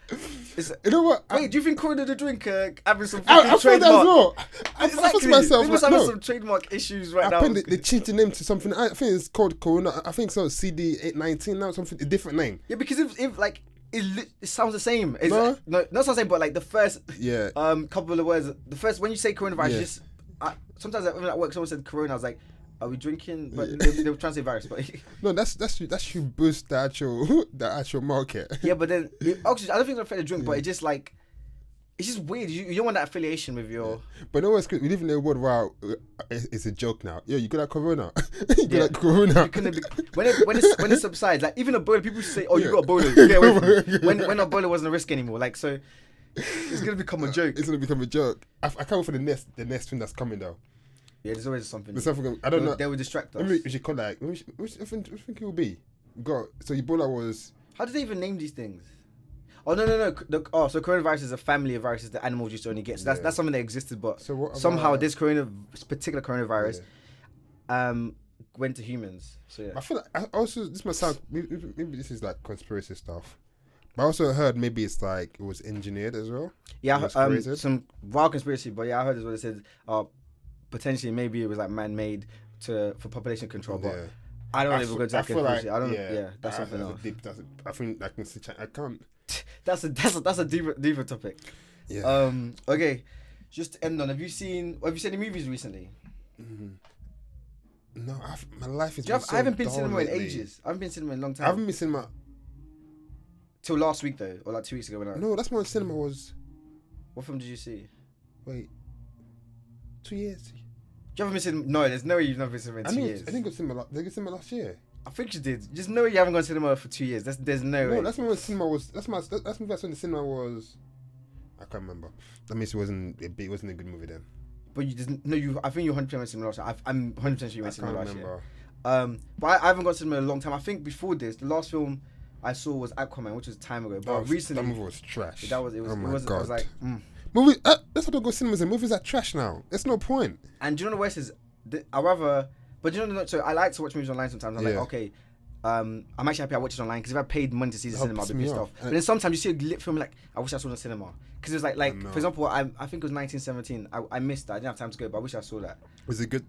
Speaker 1: It's.
Speaker 2: you know what? I,
Speaker 1: Wait, do you think Corona the drink uh, having some
Speaker 2: I,
Speaker 1: fucking
Speaker 2: I thought that as
Speaker 1: trademark?
Speaker 2: well. I, I thought to
Speaker 1: Exactly.
Speaker 2: myself,
Speaker 1: They must having
Speaker 2: no.
Speaker 1: some trademark issues right
Speaker 2: I
Speaker 1: now.
Speaker 2: think they, they changed the name to something. I think it's called Corona. I think so. CD eight nineteen now. Something a different name.
Speaker 1: yeah, because if, if like it, li- it sounds the same. It's,
Speaker 2: No.
Speaker 1: no, not sounds the same, but like the first
Speaker 2: Yeah.
Speaker 1: um couple of words. The first when you say coronavirus,
Speaker 2: Yeah.
Speaker 1: just I, sometimes at- when at work someone said corona, I was like, "Are we drinking?" But
Speaker 2: Yeah.
Speaker 1: they, they were trying to say virus, but <laughs>
Speaker 2: no, that's that's that should boost the actual <laughs> the actual market.
Speaker 1: yeah. But then it, oxygen. I don't think it's unfair to drink, but it just like it's just weird. You, you don't want that affiliation with your.
Speaker 2: But no, what's good. We live in a world where uh, it's it's a joke now. Yo, you got that corona. <laughs> you got
Speaker 1: Yeah.
Speaker 2: that corona.
Speaker 1: You couldn't be, when it when it when it subsides, like even Ebola, people say, "Oh, you got Ebola." You get away from it. When when Ebola wasn't a risk anymore, like so, it's gonna become a joke.
Speaker 2: <laughs> It's gonna become a joke. I, I can't wait for the next the next thing that's coming though.
Speaker 1: Yeah, there's always something.
Speaker 2: There's something I don't know.
Speaker 1: They will distract us.
Speaker 2: Maybe we should call like which, which, I think, I think it will be. Got so Ebola was
Speaker 1: How do they even name these things? Oh no no no! c- The, oh, so coronavirus is a family of viruses that animals used to only get. So that's
Speaker 2: Yeah.
Speaker 1: that's something that existed, but
Speaker 2: So what
Speaker 1: somehow
Speaker 2: about-
Speaker 1: this corona this particular coronavirus um went to humans. So yeah.
Speaker 2: I feel like I also this might sound maybe, maybe this is like conspiracy stuff, but I also heard maybe it's like it was engineered as well.
Speaker 1: Yeah, I
Speaker 2: That's
Speaker 1: heard- um,
Speaker 2: crazy.
Speaker 1: some wild conspiracy, but yeah, I heard as well. They said, uh, potentially maybe it was like man-made to for population control. Oh, But
Speaker 2: Yeah.
Speaker 1: I don't know
Speaker 2: I
Speaker 1: if
Speaker 2: feel-
Speaker 1: we're going to that
Speaker 2: I feel like-
Speaker 1: conspiracy. I don't. Yeah, that's
Speaker 2: I-
Speaker 1: something
Speaker 2: that's a
Speaker 1: else.
Speaker 2: deep- that's a- I think I can see. Chi- I can't.
Speaker 1: <laughs> That's a that's a that's a deeper deeper topic.
Speaker 2: Yeah.
Speaker 1: Um. Okay. Just to end on. Have you seen Have you seen any movies recently?
Speaker 2: Mm-hmm. no, I've, my life is.
Speaker 1: Do you have,
Speaker 2: so
Speaker 1: I haven't been to
Speaker 2: dull
Speaker 1: cinema in
Speaker 2: lately.
Speaker 1: ages. I haven't been to cinema in a long
Speaker 2: I
Speaker 1: time.
Speaker 2: haven't been cinema.
Speaker 1: Till last week though, or like two weeks ago when I.
Speaker 2: No, that's when cinema was.
Speaker 1: What film did you see?
Speaker 2: Wait, two years.
Speaker 1: Do you haven't been to No, there's no way you've never been to cinema in
Speaker 2: I
Speaker 1: two
Speaker 2: think
Speaker 1: years.
Speaker 2: I think it was cinema. la- They got cinema last year.
Speaker 1: I think you did. Just no way you haven't gone to cinema for two years. That's there's no, way.
Speaker 2: No, that's when cinema was. That's my. That's when I saw in the cinema was. I can't remember. That means it wasn't. It, it wasn't a good movie then.
Speaker 1: But you didn't. No, you. I think you 100 percent went to cinema last year. I've, I'm 100 percent sure you
Speaker 2: I
Speaker 1: went to
Speaker 2: can't
Speaker 1: cinema last year.
Speaker 2: remember.
Speaker 1: Um, but I, I haven't gone to cinema in a long time. I think before this, the last film I saw was Aquaman, which was time ago. But
Speaker 2: That was- Oh, that
Speaker 1: Oh, recently,
Speaker 2: movie was trash.
Speaker 1: that was it was.
Speaker 2: oh
Speaker 1: it
Speaker 2: my
Speaker 1: wasn't-
Speaker 2: god.
Speaker 1: I was like, mm.
Speaker 2: movie. Uh, that's how they go cinemas and movies are trash now. It's no point.
Speaker 1: and do you know the worst is, th- I rather. But do you know the so I like to watch movies online sometimes. I'm
Speaker 2: Yeah.
Speaker 1: like, okay, um, I'm actually happy I watch it online because if I paid money to see the
Speaker 2: That
Speaker 1: cinema, I'd
Speaker 2: pissed
Speaker 1: be
Speaker 2: me
Speaker 1: pissed
Speaker 2: off.
Speaker 1: off. But then sometimes you see a lit film like I wish I saw it in the cinema because it's like like
Speaker 2: know.
Speaker 1: for example, I, I think it was 1917. I, I missed that. I didn't have time to go, but I wish I saw that.
Speaker 2: Was it good?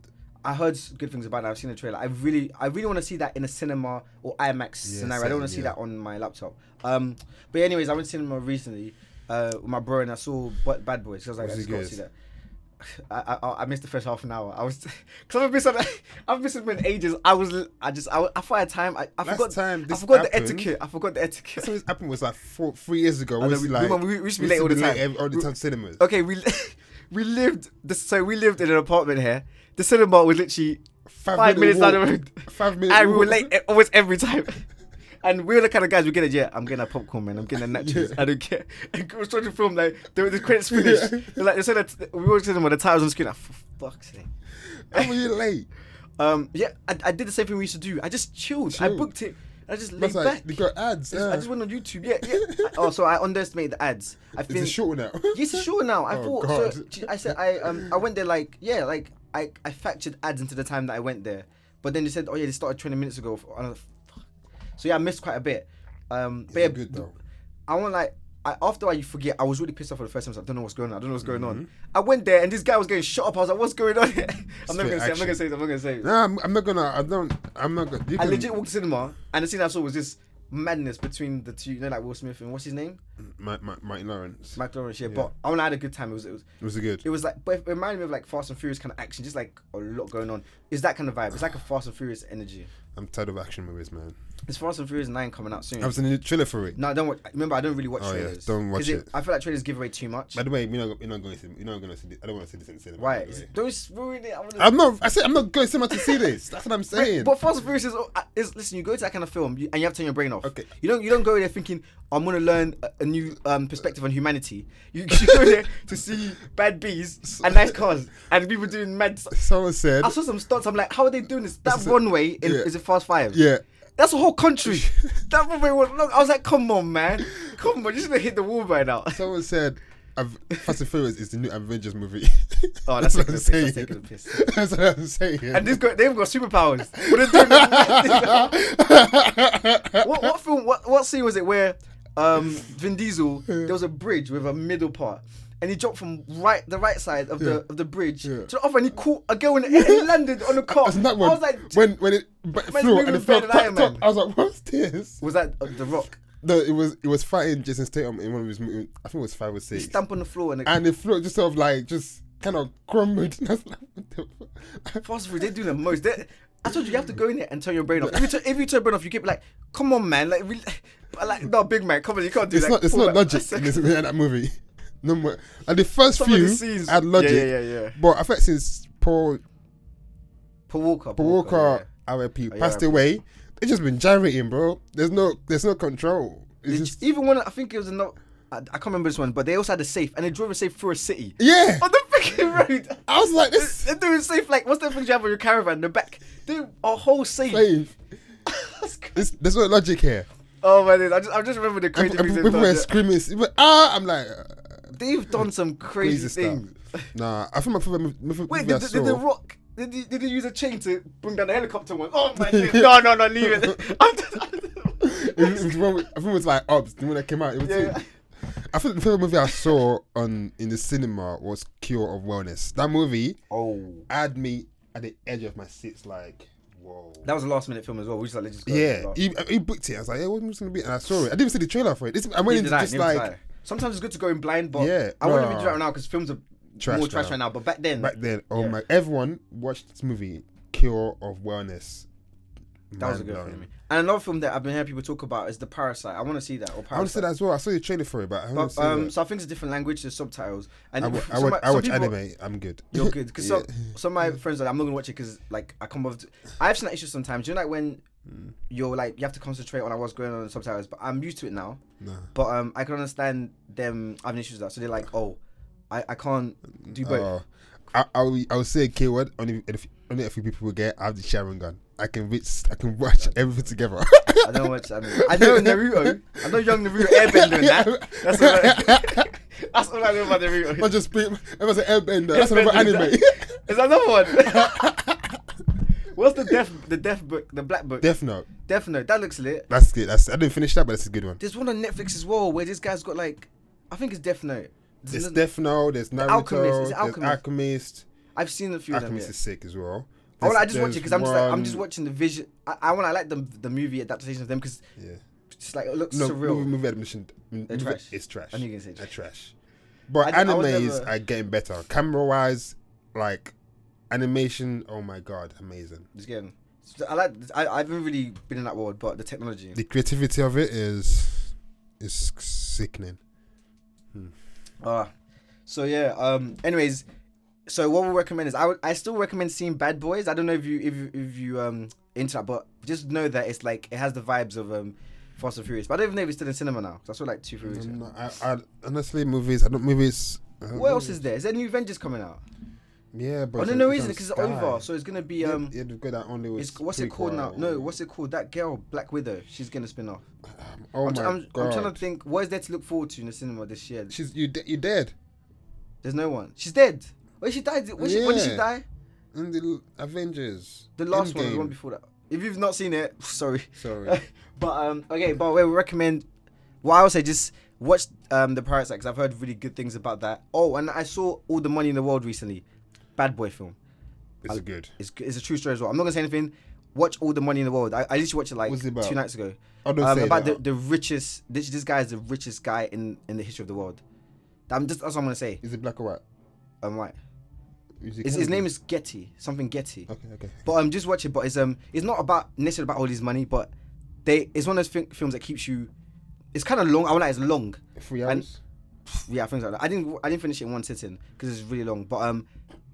Speaker 1: I heard s- good things about it. I've seen the trailer. I really, I really want to see that in a cinema or IMAX
Speaker 2: Yeah,
Speaker 1: scenario. I don't want to
Speaker 2: same,
Speaker 1: see
Speaker 2: yeah.
Speaker 1: that on my laptop. Um, but anyways, I went to cinema recently uh, with my bro and I saw B- Bad Boys. 'cause I was like, I
Speaker 2: Was it
Speaker 1: just gotta
Speaker 2: good?
Speaker 1: see that. <laughs> I, I I missed the first half an hour. I was <laughs> because I've been something <laughs> I've been something in ages. I was I just I, I thought I had time. I, I
Speaker 2: Last
Speaker 1: forgot I
Speaker 2: time this
Speaker 1: forgot the
Speaker 2: happened-
Speaker 1: etiquette. I forgot the etiquette.
Speaker 2: So this happened was like four, three years ago.
Speaker 1: I
Speaker 2: We,
Speaker 1: know,
Speaker 2: was
Speaker 1: we-
Speaker 2: like,
Speaker 1: we- we used to be late all the time.
Speaker 2: every- all the
Speaker 1: We-
Speaker 2: time cinemas.
Speaker 1: <laughs> Okay, we <laughs> li- we lived this, so we lived in an apartment here. The cinema was literally five, minutes down the road.
Speaker 2: walk. Five minutes.
Speaker 1: and we were late e- almost every time. <laughs> And we were the kind of guys we get it. Yeah, I'm getting a popcorn, man. I'm getting a nachos. I don't care. <laughs> And we was trying to film like the, the credits finished.
Speaker 2: <laughs> Yeah.
Speaker 1: They're Like they said that we were sitting with the titles on screen. Like, for fuck's sake.
Speaker 2: How were you late?
Speaker 1: Um, yeah, I, I did the same thing we used to do. I just chilled. I
Speaker 2: Chilled.
Speaker 1: booked it. I just laid
Speaker 2: That's
Speaker 1: back.
Speaker 2: like, they got ads.
Speaker 1: I just- I
Speaker 2: yeah.
Speaker 1: just went on YouTube. Yeah,
Speaker 2: <laughs>
Speaker 1: yeah. I- oh, so I underestimated the ads. I
Speaker 2: Is it
Speaker 1: think
Speaker 2: short now?
Speaker 1: Yes,
Speaker 2: <laughs>
Speaker 1: it's sure now. I
Speaker 2: Oh,
Speaker 1: thought so.
Speaker 2: God.
Speaker 1: j- I said I um I went there like yeah like I I factored ads into the time that I went there, but then they said oh yeah they started twenty minutes ago. F- and I was like, fuck. So yeah, I missed quite a bit. Um, but
Speaker 2: Is
Speaker 1: yeah,
Speaker 2: it good
Speaker 1: th-
Speaker 2: though?
Speaker 1: I want like. I, after I forget, I was really pissed off for the first time. I was like, I don't know what's going on. I don't know what's going on.
Speaker 2: Mm-hmm.
Speaker 1: I went there and this guy was getting shot up. I was like, what's going on? <laughs> here? I'm not gonna
Speaker 2: Straight
Speaker 1: say. I'm not
Speaker 2: action.
Speaker 1: gonna say. it, I'm not gonna say. it.
Speaker 2: Nah, I'm, I'm not gonna. I don't. I'm not gonna. You
Speaker 1: I
Speaker 2: can-
Speaker 1: legit walked to cinema and the scene I saw was this madness between the two. You know, like Will Smith and what's his name,
Speaker 2: Ma- Ma- Martin Lawrence.
Speaker 1: Mike Lawrence. Yeah, but I want to had a good time. It was. It was.
Speaker 2: was it good?
Speaker 1: It was like, but it reminded me of like Fast and Furious kind of action, just like a lot going on. It's that kind of vibe. It's like a Fast and Furious energy.
Speaker 2: I'm tired of action movies, man.
Speaker 1: It's Fast and Furious Nine coming out soon.
Speaker 2: I was in the trailer for it.
Speaker 1: no, I don't watch, remember. I don't really watch
Speaker 2: Oh, yeah,
Speaker 1: trailers.
Speaker 2: don't watch
Speaker 1: 'Cause
Speaker 2: it.
Speaker 1: I feel like trailers give away too much.
Speaker 2: By the way, we're not, we're not going to. We're not going to. See this, I don't want to see this in cinema.
Speaker 1: Why?
Speaker 2: by the
Speaker 1: It's-
Speaker 2: way.
Speaker 1: Don't ruin it. I wanna-
Speaker 2: I'm not. I said I'm not going to cinema to see this. That's what I'm saying.
Speaker 1: But Fast and Furious is, uh, is listen. You go to that kind of film you, and you have to turn your brain off.
Speaker 2: Okay.
Speaker 1: You don't. You don't go there thinking I'm gonna learn a, a new um, perspective on humanity. You, <laughs> you go there to see bad bees and nice cars and people doing mad. stuff.
Speaker 2: Someone said.
Speaker 1: I saw some stunts. I'm like, how are they doing this? That
Speaker 2: This is a-
Speaker 1: one way in,
Speaker 2: yeah.
Speaker 1: is a Fast Five.
Speaker 2: Yeah.
Speaker 1: That's a whole
Speaker 2: <laughs>
Speaker 1: country. that one way was long. I was like, come on, man. Come on, you should have hit the wall by now. <laughs>
Speaker 2: Someone said. Av- Fast and Furious is the new Avengers movie.
Speaker 1: Oh,
Speaker 2: <laughs>
Speaker 1: that's
Speaker 2: what
Speaker 1: taking the
Speaker 2: I'm
Speaker 1: piss, that's
Speaker 2: saying.
Speaker 1: taking the piss.
Speaker 2: <laughs> That's what I'm saying. <laughs>
Speaker 1: And this guy, they've got superpowers. <laughs> But they're doing <laughs> what, what film, what, what scene was it where um, Vin Diesel, there was a bridge with a middle part. And he dropped from right the right side of the of the bridge
Speaker 2: Yeah.
Speaker 1: to the other, and he caught a girl in the air and landed
Speaker 2: <laughs>
Speaker 1: on a car.
Speaker 2: Isn't that one?
Speaker 1: I was like,
Speaker 2: when when it b- flew
Speaker 1: moving
Speaker 2: and it fell
Speaker 1: better than Iron
Speaker 2: popped up,
Speaker 1: Man.
Speaker 2: I was like, "What's this?"
Speaker 1: was that uh, the Rock?
Speaker 2: No, it was it was fighting Jason Statham in one of his movies. I think it was five or six,
Speaker 1: Stamp on the floor and, it,
Speaker 2: and it flew just sort of like just kind of crumbled. <laughs> And I was like, "What the fuck?"
Speaker 1: Fast food, they do the most. They, I told you, you have to go in there and turn your brain off. If you turn, if you turn your brain off, you get like, come on, man, like, really, but <laughs> like, no, big man, come on, you can't do
Speaker 2: It's
Speaker 1: that.
Speaker 2: not it's
Speaker 1: Pull
Speaker 2: not
Speaker 1: back.
Speaker 2: logic in, this, in that movie. <laughs> No more. And the first
Speaker 1: Some of
Speaker 2: few
Speaker 1: the scenes-
Speaker 2: had logic,
Speaker 1: Yeah, yeah, yeah, yeah.
Speaker 2: but I think since Paul
Speaker 1: <laughs> Paul Walker,
Speaker 2: Paul Walker,
Speaker 1: yeah. Oh,
Speaker 2: RIP,
Speaker 1: yeah,
Speaker 2: passed
Speaker 1: RIP.
Speaker 2: away, they just been gyrating, bro. There's no there's no control. It's
Speaker 1: They
Speaker 2: just
Speaker 1: j- even one, I think it was another. I, I can't remember this one, but they also had a safe, and they drove a safe through a city
Speaker 2: yeah.
Speaker 1: <laughs> on the freaking
Speaker 2: <laughs>
Speaker 1: road.
Speaker 2: I was like, this
Speaker 1: They're doing safe, like what's the thing you have on your caravan? The back, do a whole safe.
Speaker 2: is safe.
Speaker 1: <laughs> That's crazy.
Speaker 2: This, there's no logic here.
Speaker 1: Oh my days! I just I just remember the
Speaker 2: And,
Speaker 1: crazy
Speaker 2: and
Speaker 1: things
Speaker 2: people
Speaker 1: they've done.
Speaker 2: were
Speaker 1: yeah.
Speaker 2: screaming, people- ah! I'm like, uh,
Speaker 1: They've done some crazy,
Speaker 2: crazy stuff.
Speaker 1: things. <laughs>
Speaker 2: Nah, I think my favorite movie, movie
Speaker 1: Wait,
Speaker 2: I
Speaker 1: did,
Speaker 2: saw.
Speaker 1: did the Rock? Did he, did he use a chain to bring down the helicopter one? Oh
Speaker 2: <laughs>
Speaker 1: my days! No, no, no! Leave it. <laughs> I'm just,
Speaker 2: <laughs> it was, it was when we- I think it was like Ops when that came out. It was
Speaker 1: Yeah,
Speaker 2: him.
Speaker 1: yeah.
Speaker 2: I think the favorite movie I saw on in the cinema was Cure of Wellness. That movie
Speaker 1: oh,
Speaker 2: had me at the edge of my seats, like whoa.
Speaker 1: that was a last minute film as well. We just like let's just go.
Speaker 2: yeah,
Speaker 1: Like,
Speaker 2: he, uh, he booked it. I was like, yeah, what's this gonna be? And I saw it. I didn't even see the trailer for it. It's, I
Speaker 1: neither
Speaker 2: went into
Speaker 1: did I,
Speaker 2: just
Speaker 1: neither did
Speaker 2: like
Speaker 1: I. sometimes it's good to go in blind, but
Speaker 2: Yeah,
Speaker 1: I wouldn't
Speaker 2: nah.
Speaker 1: even do that right now because films are
Speaker 2: Trash
Speaker 1: more trash
Speaker 2: now.
Speaker 1: right now. But back then,
Speaker 2: back then. Oh
Speaker 1: Yeah.
Speaker 2: my! Everyone watched this movie, Cure of Wellness.
Speaker 1: that was a good
Speaker 2: Mind-blowing.
Speaker 1: film. And another film that I've been hearing people talk about is The Parasite. I want to see that or Parasite.
Speaker 2: I want to see that as well. I saw the trailer for it, but I haven't
Speaker 1: But,
Speaker 2: seen
Speaker 1: um,
Speaker 2: it.
Speaker 1: so I think it's a different language. There's subtitles. And
Speaker 2: I, w- I,
Speaker 1: some-
Speaker 2: watch, I
Speaker 1: some
Speaker 2: watch
Speaker 1: people-
Speaker 2: anime. I'm good.
Speaker 1: You're good
Speaker 2: <laughs>
Speaker 1: because some,
Speaker 2: Yeah.
Speaker 1: some of my friends are like, I'm not gonna watch it because like I come over. To, I've seen that issue sometimes. You know, like when
Speaker 2: Hmm.
Speaker 1: you're like you have to concentrate on like, what's going on in the subtitles. But I'm used to it now.
Speaker 2: <laughs> Nah.
Speaker 1: But um, I can understand them having issues with that. So they're like, oh, I, I can't do both.
Speaker 2: Oh. I, I, will, I will say a K word. Only if only a few people will get. I have the Sharon gun. I can reach, I can watch everything together.
Speaker 1: I don't watch anime. I know
Speaker 2: <laughs>
Speaker 1: Naruto. I know young Naruto Airbender. doing that. That's all. I, <laughs> that's all I know about Naruto.
Speaker 2: Not just being. That was an airbender. That's another
Speaker 1: <laughs>
Speaker 2: anime.
Speaker 1: Is that another one? <laughs> What's the death the death book the black book?
Speaker 2: Death Note.
Speaker 1: Death Note. That looks lit.
Speaker 2: That's good. That's I didn't finish that, but that's a good one.
Speaker 1: There's one on Netflix as well where this guy's got like, I think it's Death Note. There's
Speaker 2: There's
Speaker 1: another-
Speaker 2: Death Note. There's Naruto.
Speaker 1: Alchemist, it's
Speaker 2: There's
Speaker 1: Alchemist.
Speaker 2: Alchemist.
Speaker 1: I've seen a few of them.
Speaker 2: Alchemist
Speaker 1: Yeah.
Speaker 2: is sick as well.
Speaker 1: I want
Speaker 2: There's-
Speaker 1: I just watch it
Speaker 2: there's
Speaker 1: because I'm just like, I'm just
Speaker 2: one-
Speaker 1: watching the vision. I, I want I like the the movie adaptation of them because
Speaker 2: Yeah.
Speaker 1: it's like it looks
Speaker 2: No,
Speaker 1: surreal.
Speaker 2: movie, movie admission. Movie,
Speaker 1: trash.
Speaker 2: It's trash.
Speaker 1: I knew you were gonna say
Speaker 2: They're trash. But
Speaker 1: I did- I was
Speaker 2: animes
Speaker 1: never-
Speaker 2: are getting better. Camera wise, like animation. Oh my god, amazing.
Speaker 1: This game. So I like. I I haven't really been in that world, but the technology.
Speaker 2: The creativity of it is is sickening.
Speaker 1: Ah, so yeah. Um. Anyways, so what we recommend is I would I still recommend seeing Bad Boys. I don't know if you if you- if you um into that, but just know that it's like it has the vibes of um Fast and Furious. But I don't even know if it's still in cinema now. 'cause I saw like two three weeks.
Speaker 2: I'm
Speaker 1: ago.
Speaker 2: not- I, I, honestly, movies. I don't movies. I don't
Speaker 1: What else
Speaker 2: know.
Speaker 1: is there? Is there new Avengers coming out?
Speaker 2: Yeah, but
Speaker 1: Oh
Speaker 2: it's
Speaker 1: no,
Speaker 2: on-
Speaker 1: no
Speaker 2: it's
Speaker 1: reason
Speaker 2: on
Speaker 1: because it's
Speaker 2: Sky.
Speaker 1: over. So it's gonna be um.
Speaker 2: yeah, yeah, they've got that only. with
Speaker 1: It's, what's it called now?
Speaker 2: prequel.
Speaker 1: No, what's it called? That girl, Black Widow. She's gonna spin off.
Speaker 2: Oh
Speaker 1: I'm,
Speaker 2: my
Speaker 1: I'm,
Speaker 2: god.
Speaker 1: I'm trying to think. What is there to look forward to in the cinema this year?
Speaker 2: She's you. De- you dead.
Speaker 1: There's no one. She's dead. When she died, when, she, when did she
Speaker 2: Yeah.
Speaker 1: die?
Speaker 2: In the Avengers.
Speaker 1: The last one,
Speaker 2: Endgame.
Speaker 1: the one before that. If you've not seen it, <laughs> sorry.
Speaker 2: Sorry.
Speaker 1: but um, okay. But we recommend. Well, I would say just watch um the Parasite because I've heard really good things about that. Oh, and I saw All the Money in the World recently. Bad boy film.
Speaker 2: It's good.
Speaker 1: It's it's a true story as well. I'm not gonna say anything. Watch All the Money in the World. I, I literally watched it like
Speaker 2: What's it about?
Speaker 1: two nights ago.
Speaker 2: Oh, don't
Speaker 1: um,
Speaker 2: say
Speaker 1: about the,
Speaker 2: that.
Speaker 1: the richest. This, this guy is the richest guy in in the history of the world. I'm just that's what I'm gonna say.
Speaker 2: Is it black or white?
Speaker 1: I'm right.
Speaker 2: Is it
Speaker 1: His, his
Speaker 2: Canada?
Speaker 1: name is Getty. Something Getty.
Speaker 2: Okay, okay.
Speaker 1: But um, just watch it. But it's um, it's not about necessarily about all his money, but they it's one of those fi- films that keeps you. It's kind of long. I would like it's long.
Speaker 2: Three
Speaker 1: And-
Speaker 2: hours.
Speaker 1: Yeah, things like that. I didn't I didn't finish it in one sitting because it's really long. But um,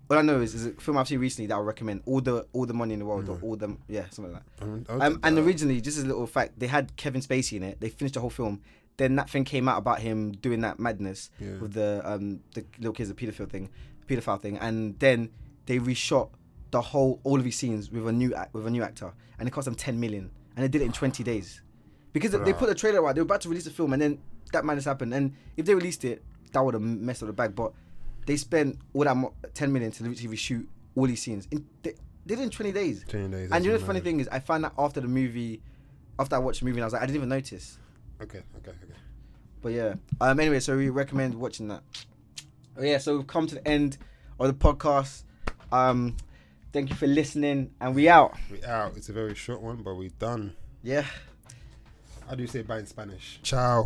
Speaker 1: all I know is is a film I've seen recently that I recommend. All the all the money in the world or all them yeah something like that.
Speaker 2: Um,
Speaker 1: Um, and originally, just as a little fact, they had Kevin Spacey in it. They finished the whole film. Then that thing came out about him doing that madness
Speaker 2: Yeah.
Speaker 1: with the um the little kids, the pedophile thing, pedophile thing. And then they reshot the whole all of his scenes with a new act, with a new actor, and it cost them ten million, and they did it in twenty days, because they put the trailer out. They were about to release the film, and then that madness happened. And if they released it, that would have messed up the bag. But they spent all that mo- ten million to literally reshoot all these scenes. In, they, they did it in twenty days.
Speaker 2: 20 Ah, days,
Speaker 1: And you know
Speaker 2: that's
Speaker 1: the funny
Speaker 2: mad.
Speaker 1: thing is, I found that after the movie, after I watched the movie, and I was like, I didn't even notice.
Speaker 2: okay, okay, okay.
Speaker 1: But yeah. Um. Anyway, so we recommend watching that. Oh yeah. So we've come to the end of the podcast. Um. Thank you for listening, and we out.
Speaker 2: We out. It's a very short one, but we done.
Speaker 1: Yeah.
Speaker 2: How do you say bye in Spanish? Ciao.